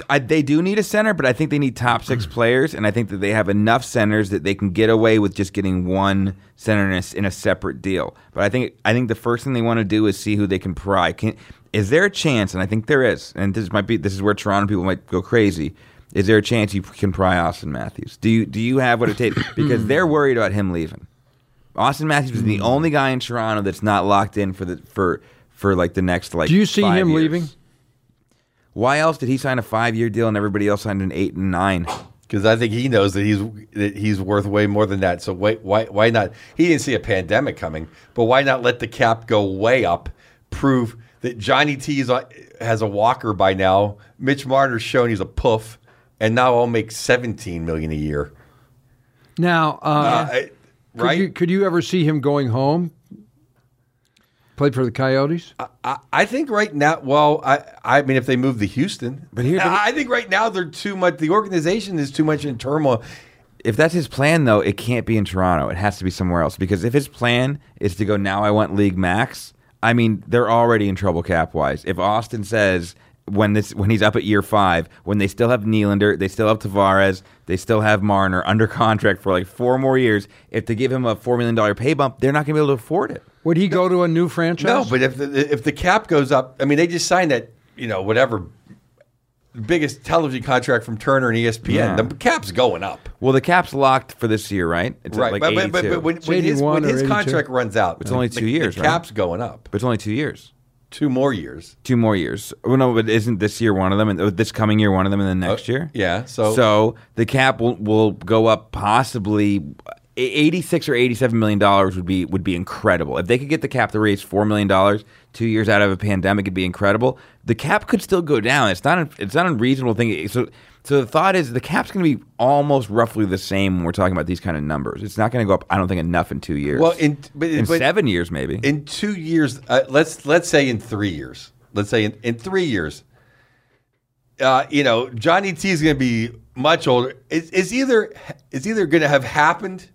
[SPEAKER 3] I, they do need a center, but I think they need top six players, and I think that they have enough centers that they can get away with just getting one center in a, s- in a separate deal. But I think I think the first thing they want to do is see who they can pry. Can, is there a chance? And I think there is. And this might be this is where Toronto people might go crazy. Is there a chance you can pry Austin Matthews? Do you do you have what it takes? Because they're worried about him leaving. Austin Matthews is
[SPEAKER 1] Hmm.
[SPEAKER 3] the only guy in Toronto that's not locked in for the for for like the next like.
[SPEAKER 1] Do you see
[SPEAKER 3] five
[SPEAKER 1] him
[SPEAKER 3] years.
[SPEAKER 1] leaving?
[SPEAKER 3] Why else did he sign a five year deal and everybody else signed an eight and nine?
[SPEAKER 2] Because I think he knows that he's that he's worth way more than that. So why why why not? He didn't see a pandemic coming, but why not let the cap go way up? Prove that Johnny T is on, has a walker by now. Mitch Marner's shown he's a poof, and now I'll make seventeen million a year.
[SPEAKER 1] Now,
[SPEAKER 2] Uh,
[SPEAKER 1] uh,
[SPEAKER 2] I-
[SPEAKER 1] could
[SPEAKER 2] right?
[SPEAKER 1] You, could you ever see him going home? Played for the Coyotes.
[SPEAKER 2] I, I think right now. Well, I I mean, if they move to Houston,
[SPEAKER 3] But here's the-
[SPEAKER 2] I, I think right now they're too much. The organization is too much in turmoil.
[SPEAKER 3] if that's his plan though, it can't be in Toronto. It has to be somewhere else because if his plan is to go now, I want league max. I mean, they're already in trouble cap wise. If Austin says when this when he's up at year five, when they still have Nylander, they still have Tavares, they still have Marner under contract for like four more years. If they give him a four million dollar pay bump, they're not going to be able to afford it.
[SPEAKER 1] Would he go to a new franchise?
[SPEAKER 2] No, but if the, if the cap goes up, I mean, they just signed that you know whatever biggest television contract from Turner and E ESPN.
[SPEAKER 3] Yeah.
[SPEAKER 2] The cap's going up,
[SPEAKER 3] Well, the cap's locked for this year, right? It's at,
[SPEAKER 2] right?
[SPEAKER 3] like
[SPEAKER 2] but, but, but,
[SPEAKER 3] 82.
[SPEAKER 2] but when, when his,
[SPEAKER 1] 81
[SPEAKER 2] when
[SPEAKER 1] or
[SPEAKER 2] his
[SPEAKER 1] 82.
[SPEAKER 2] contract runs out,
[SPEAKER 3] It's only
[SPEAKER 2] the-
[SPEAKER 3] two years,
[SPEAKER 2] The
[SPEAKER 3] right?
[SPEAKER 2] cap's going up
[SPEAKER 3] but it's only two years.
[SPEAKER 2] two more years.
[SPEAKER 3] two more years. Well, no, but isn't this year one of them, and uh, this coming year one of them, and then next
[SPEAKER 2] Oh,
[SPEAKER 3] year?
[SPEAKER 2] yeah, so-
[SPEAKER 3] the cap will will go up possibly. Eighty six or eighty seven million dollars would be would be incredible if they could get the cap to raise four million dollars two years out of a pandemic. It'd be incredible. The cap could still go down. It's not an, it's not an unreasonable thing. So so the thought is the cap's going to be almost roughly the same when we're talking about these kind of numbers. It's not going to go up. I don't think enough in two years.
[SPEAKER 2] Well, in but,
[SPEAKER 3] in
[SPEAKER 2] but
[SPEAKER 3] seven years maybe.
[SPEAKER 2] in two years, uh, let's let's say in three years, let's say in, in three years, uh, you know, Johnny T is going to be much older. It's, it's either it's either going to have happened,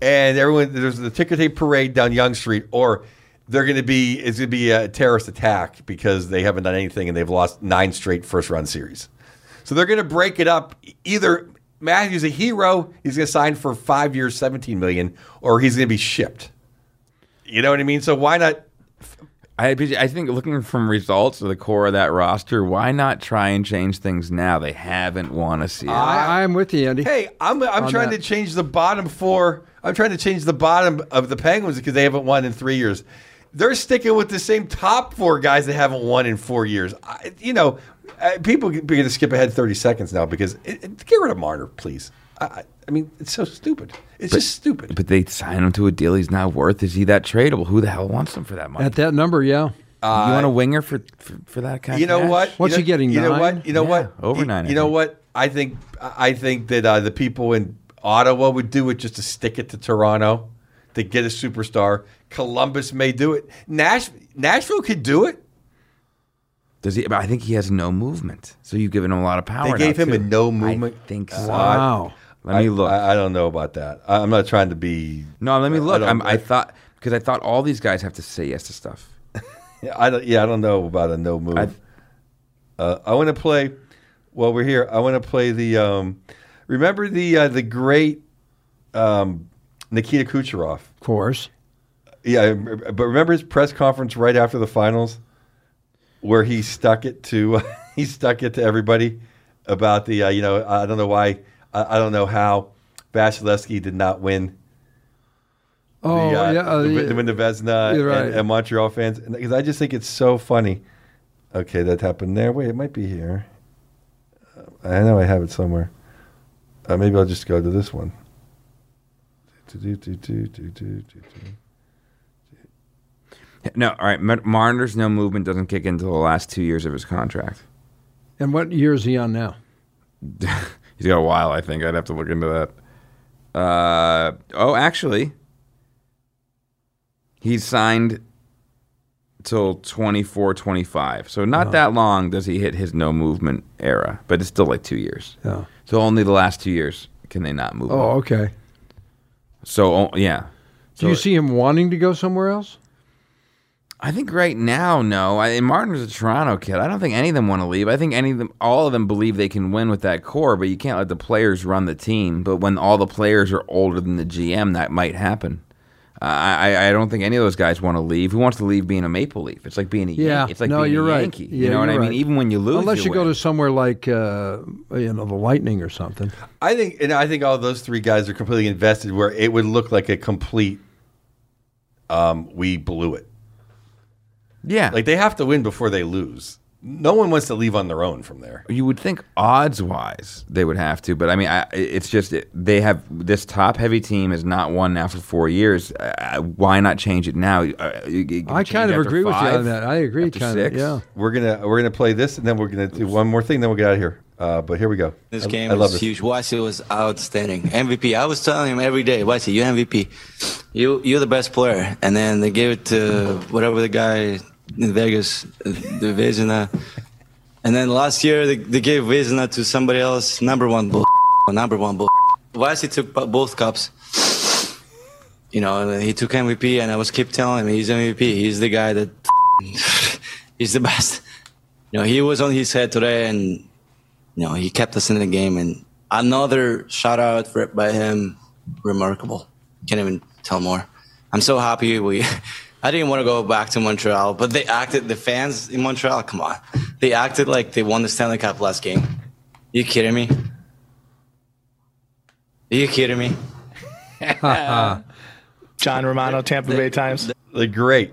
[SPEAKER 2] and everyone there's the ticker tape parade down Young Street, or they're going to be it's going to be a terrorist attack because they haven't done anything and they've lost nine straight first round series. So they're going to break it up either. Matthew's a hero. He's going to sign for five years, seventeen million, or he's going to be shipped. You know what I mean? So why not?
[SPEAKER 3] I, I think looking from results of the core of that roster, why not try and change things now? They haven't won a series.
[SPEAKER 1] I, I'm with you, Andy.
[SPEAKER 2] Hey, I'm I'm
[SPEAKER 1] On
[SPEAKER 2] trying
[SPEAKER 1] that.
[SPEAKER 2] to change the bottom four. I'm trying to change the bottom of the Penguins because they haven't won in three years. They're sticking with the same top four guys that haven't won in four years. I, you know, uh, people are going to skip ahead 30 seconds now because it, it- get rid of Marner, please. I- I, I mean, it's so stupid. It's just stupid.
[SPEAKER 3] but they sign him to a deal he's not worth. Is he that tradable? Who the hell wants him for that money?
[SPEAKER 1] At that number, yeah.
[SPEAKER 3] you want a winger for, for, for that kind
[SPEAKER 2] You
[SPEAKER 3] of
[SPEAKER 2] know
[SPEAKER 3] cash?
[SPEAKER 2] what?
[SPEAKER 1] What's
[SPEAKER 2] you know,
[SPEAKER 1] he getting,
[SPEAKER 2] You know
[SPEAKER 1] nine?
[SPEAKER 2] what? You know
[SPEAKER 3] Yeah,
[SPEAKER 2] what?
[SPEAKER 3] over
[SPEAKER 2] You-
[SPEAKER 3] nine, I
[SPEAKER 2] You know
[SPEAKER 3] think.
[SPEAKER 2] what? I think I think that uh, the people in Ottawa would do it just to stick it to Toronto to get a superstar. Columbus may do it. Nash- Nashville could do it.
[SPEAKER 3] Does he? but I think he has no movement. So you've given him a lot of power.
[SPEAKER 2] They gave
[SPEAKER 3] now,
[SPEAKER 2] him a
[SPEAKER 3] too.
[SPEAKER 2] no movement.
[SPEAKER 3] I think so.
[SPEAKER 1] Wow.
[SPEAKER 3] Let me look.
[SPEAKER 2] I, I don't know about that. I, I'm not trying to be.
[SPEAKER 3] no, let me look.
[SPEAKER 2] don't-
[SPEAKER 3] I'm, I thought because I thought all these guys have to say yes to stuff.
[SPEAKER 2] Yeah, I don't. Yeah, I don't know about a no move.
[SPEAKER 3] I-
[SPEAKER 2] I, uh, I want to play. While we're here, I want to play the. Um, remember the uh, the great um, Nikita Kucherov.
[SPEAKER 1] Of course.
[SPEAKER 2] Yeah, I rem- but remember his press conference right after the finals, where he stuck it to he stuck it to everybody about the uh, you know I don't know why I, I don't know how Vasilevsky did not win the,
[SPEAKER 1] Oh,
[SPEAKER 2] uh,
[SPEAKER 1] yeah. uh,
[SPEAKER 2] the,
[SPEAKER 1] yeah.
[SPEAKER 2] win the Vesna
[SPEAKER 1] You're right.
[SPEAKER 2] and, and Montreal fans because I just think it's so funny. Okay, that happened there. Wait, it might be here. Uh, I know I have it somewhere. Uh, maybe I'll just go to this one.
[SPEAKER 3] No, all right. Mar- Marner's no movement doesn't kick into the last two years of his contract.
[SPEAKER 1] And what year is he on now?
[SPEAKER 3] He's got a while, I think. I'd have to look into that. Uh, oh, actually, he's signed till 24, 25. So not that long does he hit his no movement era, but it's still like two years.
[SPEAKER 1] Yeah.
[SPEAKER 3] So only the last two years can they not move. him.
[SPEAKER 1] Oh, okay.
[SPEAKER 3] So, oh, yeah.
[SPEAKER 1] Do you see him wanting to go somewhere else?
[SPEAKER 3] I think right now, no. I, and Martin's a Toronto kid. I don't think any of them want to leave. I think any of them, all of them, believe they can win with that core. But you can't let the players run the team. But when all the players are older than the GM, that might happen. Uh, I I- I don't think any of those guys want to leave. Who wants to leave being a Maple Leaf? It's like being a
[SPEAKER 1] Yeah.
[SPEAKER 3] Yankee. It's like
[SPEAKER 1] no,
[SPEAKER 3] being
[SPEAKER 1] you're
[SPEAKER 3] a
[SPEAKER 1] right.
[SPEAKER 3] Yankee.
[SPEAKER 1] Yeah,
[SPEAKER 3] you know what
[SPEAKER 1] you're
[SPEAKER 3] I mean?
[SPEAKER 1] right.
[SPEAKER 3] Even when you lose,
[SPEAKER 1] Unless you, go
[SPEAKER 3] win.
[SPEAKER 1] to somewhere like, uh, you know, the Lightning or something.
[SPEAKER 2] I think, and I think all those three guys are completely invested. Where it would look like a complete, um, we blew it.
[SPEAKER 3] yeah.
[SPEAKER 2] Like they have to win before they lose. No one wants to leave on their own from there.
[SPEAKER 3] You would think odds wise they would have to, but I mean, I, it's just it- they have this top heavy team has not won now for four years. Uh, why not change it now? Uh, you- you can
[SPEAKER 1] I
[SPEAKER 3] change
[SPEAKER 1] kind of
[SPEAKER 3] after
[SPEAKER 1] agree with you
[SPEAKER 3] five,
[SPEAKER 1] on that. I agree,
[SPEAKER 3] after
[SPEAKER 1] kind
[SPEAKER 3] six.
[SPEAKER 1] of. Yeah.
[SPEAKER 2] We're gonna we're gonna play this, and then we're gonna do one more thing. Then we'll get out of here. Uh, but here we go.
[SPEAKER 4] This
[SPEAKER 2] I-
[SPEAKER 4] game
[SPEAKER 2] I love
[SPEAKER 4] is
[SPEAKER 2] this.
[SPEAKER 4] huge. Wasi was outstanding. MVP. I was telling him every day, Wasi, you MVP. You you're the best player. And then they gave it to whatever the guy in Vegas, uh, the Vezina. And then last year they, they gave Vezina to somebody else, number one bull, number one bull. Vassy took bo- both cups. You know, and he took MVP, and I was keep telling him he's MVP. He's the guy that he's the best. You know, he was on his head today, and you know he kept us in the game. And another shout out for, by him, remarkable. Can't even tell more. I'm so happy we. I didn't want to go back to Montreal, but they acted. The fans in Montreal, come on, they acted like they won the Stanley Cup last game. you kidding me? Are you kidding me?
[SPEAKER 5] John Romano, Tampa Bay Times.
[SPEAKER 2] The great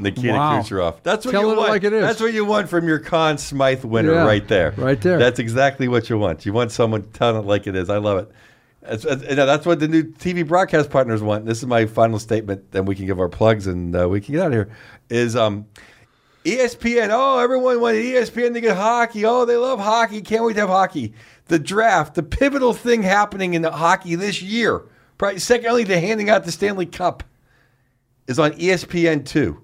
[SPEAKER 2] Nikita
[SPEAKER 6] Wow.
[SPEAKER 2] Kucherov. That's what
[SPEAKER 1] Tell
[SPEAKER 2] you
[SPEAKER 1] it
[SPEAKER 2] want.
[SPEAKER 1] like it is.
[SPEAKER 2] That's what you want from your Conn Smythe winner
[SPEAKER 1] Yeah,
[SPEAKER 2] right there.
[SPEAKER 1] right there.
[SPEAKER 2] That's exactly what you want. You want someone telling it like it is. I love it. That's, that's- and that's what the new TV broadcast partners want. This is my final statement. Then we can give our plugs and uh, we can get out of here. Is um, ESPN. Oh, everyone wanted ESPN to get hockey. Oh, they love hockey. Can't wait to have hockey. The draft, the pivotal thing happening in hockey this year, probably second only to handing out the Stanley Cup, is on E ESPN two.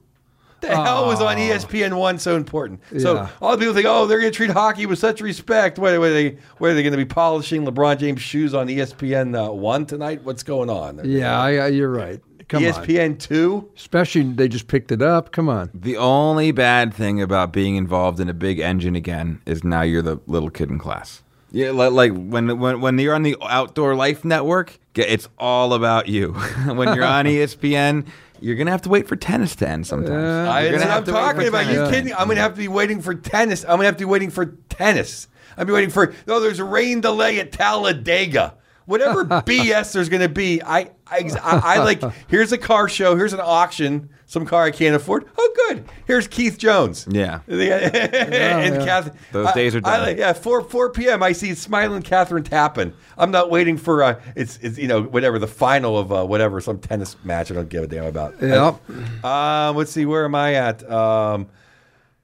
[SPEAKER 2] The hell was on E ESPN one so important? So
[SPEAKER 1] Oh. Yeah.
[SPEAKER 2] all the people think, oh, they're going to treat hockey with such respect. What, what are they? What are they going to be polishing LeBron James shoes on ESPN uh, one tonight? What's going on? E
[SPEAKER 1] Yeah, I, I, you're right. Come
[SPEAKER 3] E
[SPEAKER 1] on.
[SPEAKER 2] ESPN two.
[SPEAKER 1] Especially they just picked it up. Come on.
[SPEAKER 3] The only bad thing about being involved in a big engine again is now you're the little kid in class. Yeah, li- like when when when you're on the Outdoor Life Network, g- it's all about you. when you're on E ESPN, you're gonna have to wait for tennis to end sometimes.
[SPEAKER 1] Yeah.
[SPEAKER 2] I,
[SPEAKER 3] You're
[SPEAKER 2] that's what
[SPEAKER 3] gonna
[SPEAKER 2] I'm
[SPEAKER 3] have to wait
[SPEAKER 2] talking
[SPEAKER 3] for
[SPEAKER 2] about.
[SPEAKER 3] tennis.
[SPEAKER 2] You kidding? me? I'm going to have to be waiting for tennis. I'm going to have to be waiting for tennis. I'm be waiting for no. There's a rain delay at Talladega. Whatever BS there's going to be, I, I I I like. Here's a car show. Here's an auction. Some car I can't afford. Oh, good. Here's Keith Jones.
[SPEAKER 3] Yeah.
[SPEAKER 2] and
[SPEAKER 1] yeah.
[SPEAKER 2] Kath-
[SPEAKER 3] Those
[SPEAKER 2] I-
[SPEAKER 3] days are
[SPEAKER 2] I
[SPEAKER 3] done.
[SPEAKER 2] like- yeah, four four p.m. I see smiling Catherine Tappan. I'm not waiting for uh, it's it's you know whatever the final of uh, whatever some tennis match. I don't give a damn about.
[SPEAKER 1] Yep.
[SPEAKER 2] Um, let's see, where am I at? Um,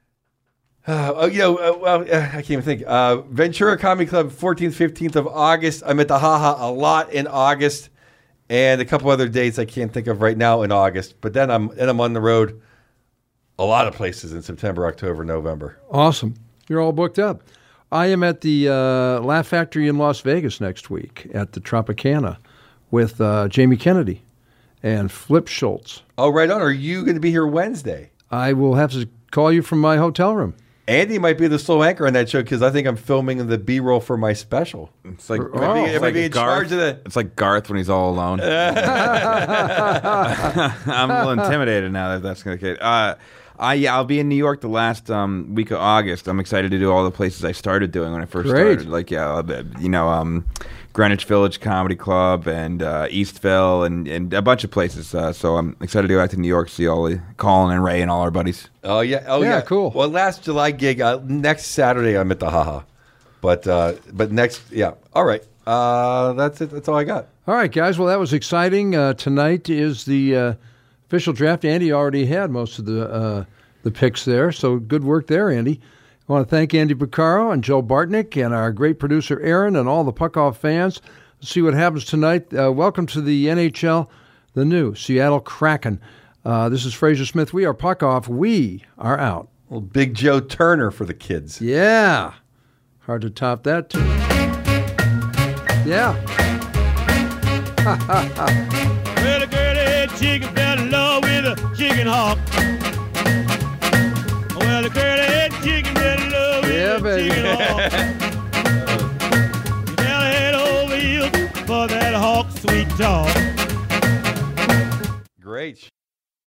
[SPEAKER 2] uh, oh, you know, uh, well, uh, I can't even think. Uh, Ventura Comedy Club, 14th, 15th of August. I'm at the Haha a lot in August, and a couple other dates I can't think of right now in August. But then I'm then I'm on the road a lot of places in September, October, November.
[SPEAKER 1] Awesome. You're all booked up. I am at the uh, Laugh Factory in Las Vegas next week at the Tropicana with uh, Jamie Kennedy and Flip Schultz.
[SPEAKER 2] Oh, right on. Are you going to be here Wednesday?
[SPEAKER 1] I will have to call you from my hotel room.
[SPEAKER 2] Andy might be the slow anchor on that show because I think I'm filming the B-roll for my special.
[SPEAKER 3] It's like,
[SPEAKER 1] Am I being-
[SPEAKER 3] oh. it's
[SPEAKER 2] am I being in charge of the-
[SPEAKER 3] It's like Garth when he's all alone. I'm a little intimidated now that that's gonna get. Uh, I yeah, I'll be in New York the last um, week of August. I'm excited to do all the places I started doing when I first
[SPEAKER 1] Great.
[SPEAKER 3] started. Like yeah, I'll be- you know, um, Greenwich Village Comedy Club and uh, Eastville and, and a bunch of places. Uh, so I'm excited to go out to New York, see all the Colin and Ray and all our buddies.
[SPEAKER 2] Oh yeah, oh yeah,
[SPEAKER 1] Yeah, cool.
[SPEAKER 2] Well, last July gig uh, next Saturday I'm at the Haha, but uh, but next yeah, all right. Uh, that's it. That's all I got.
[SPEAKER 1] All right, guys. Well, that was exciting. Uh, tonight is the uh, official draft. Andy already had most of the uh, the picks there, so good work there, Andy. I want to thank Andy Bucaro and Joe Bartnick and our great producer Aaron and all the Puckoff fans. Let's see what happens tonight. Uh, welcome to the NHL, the new Seattle Kraken. Uh, this is Fraser Smith. We are Puckoff. We are out.
[SPEAKER 2] Well, Big Joe Turner for the kids.
[SPEAKER 1] Yeah, hard to top that. Yeah.
[SPEAKER 7] Well, a girl had chicken fell in love with a chicken hawk. Well, a girl had chicken fell in love with
[SPEAKER 1] Yeah,
[SPEAKER 7] a
[SPEAKER 1] baby.
[SPEAKER 7] chicken hawk. She fell head over heels for that hawk sweet talk.
[SPEAKER 2] Great.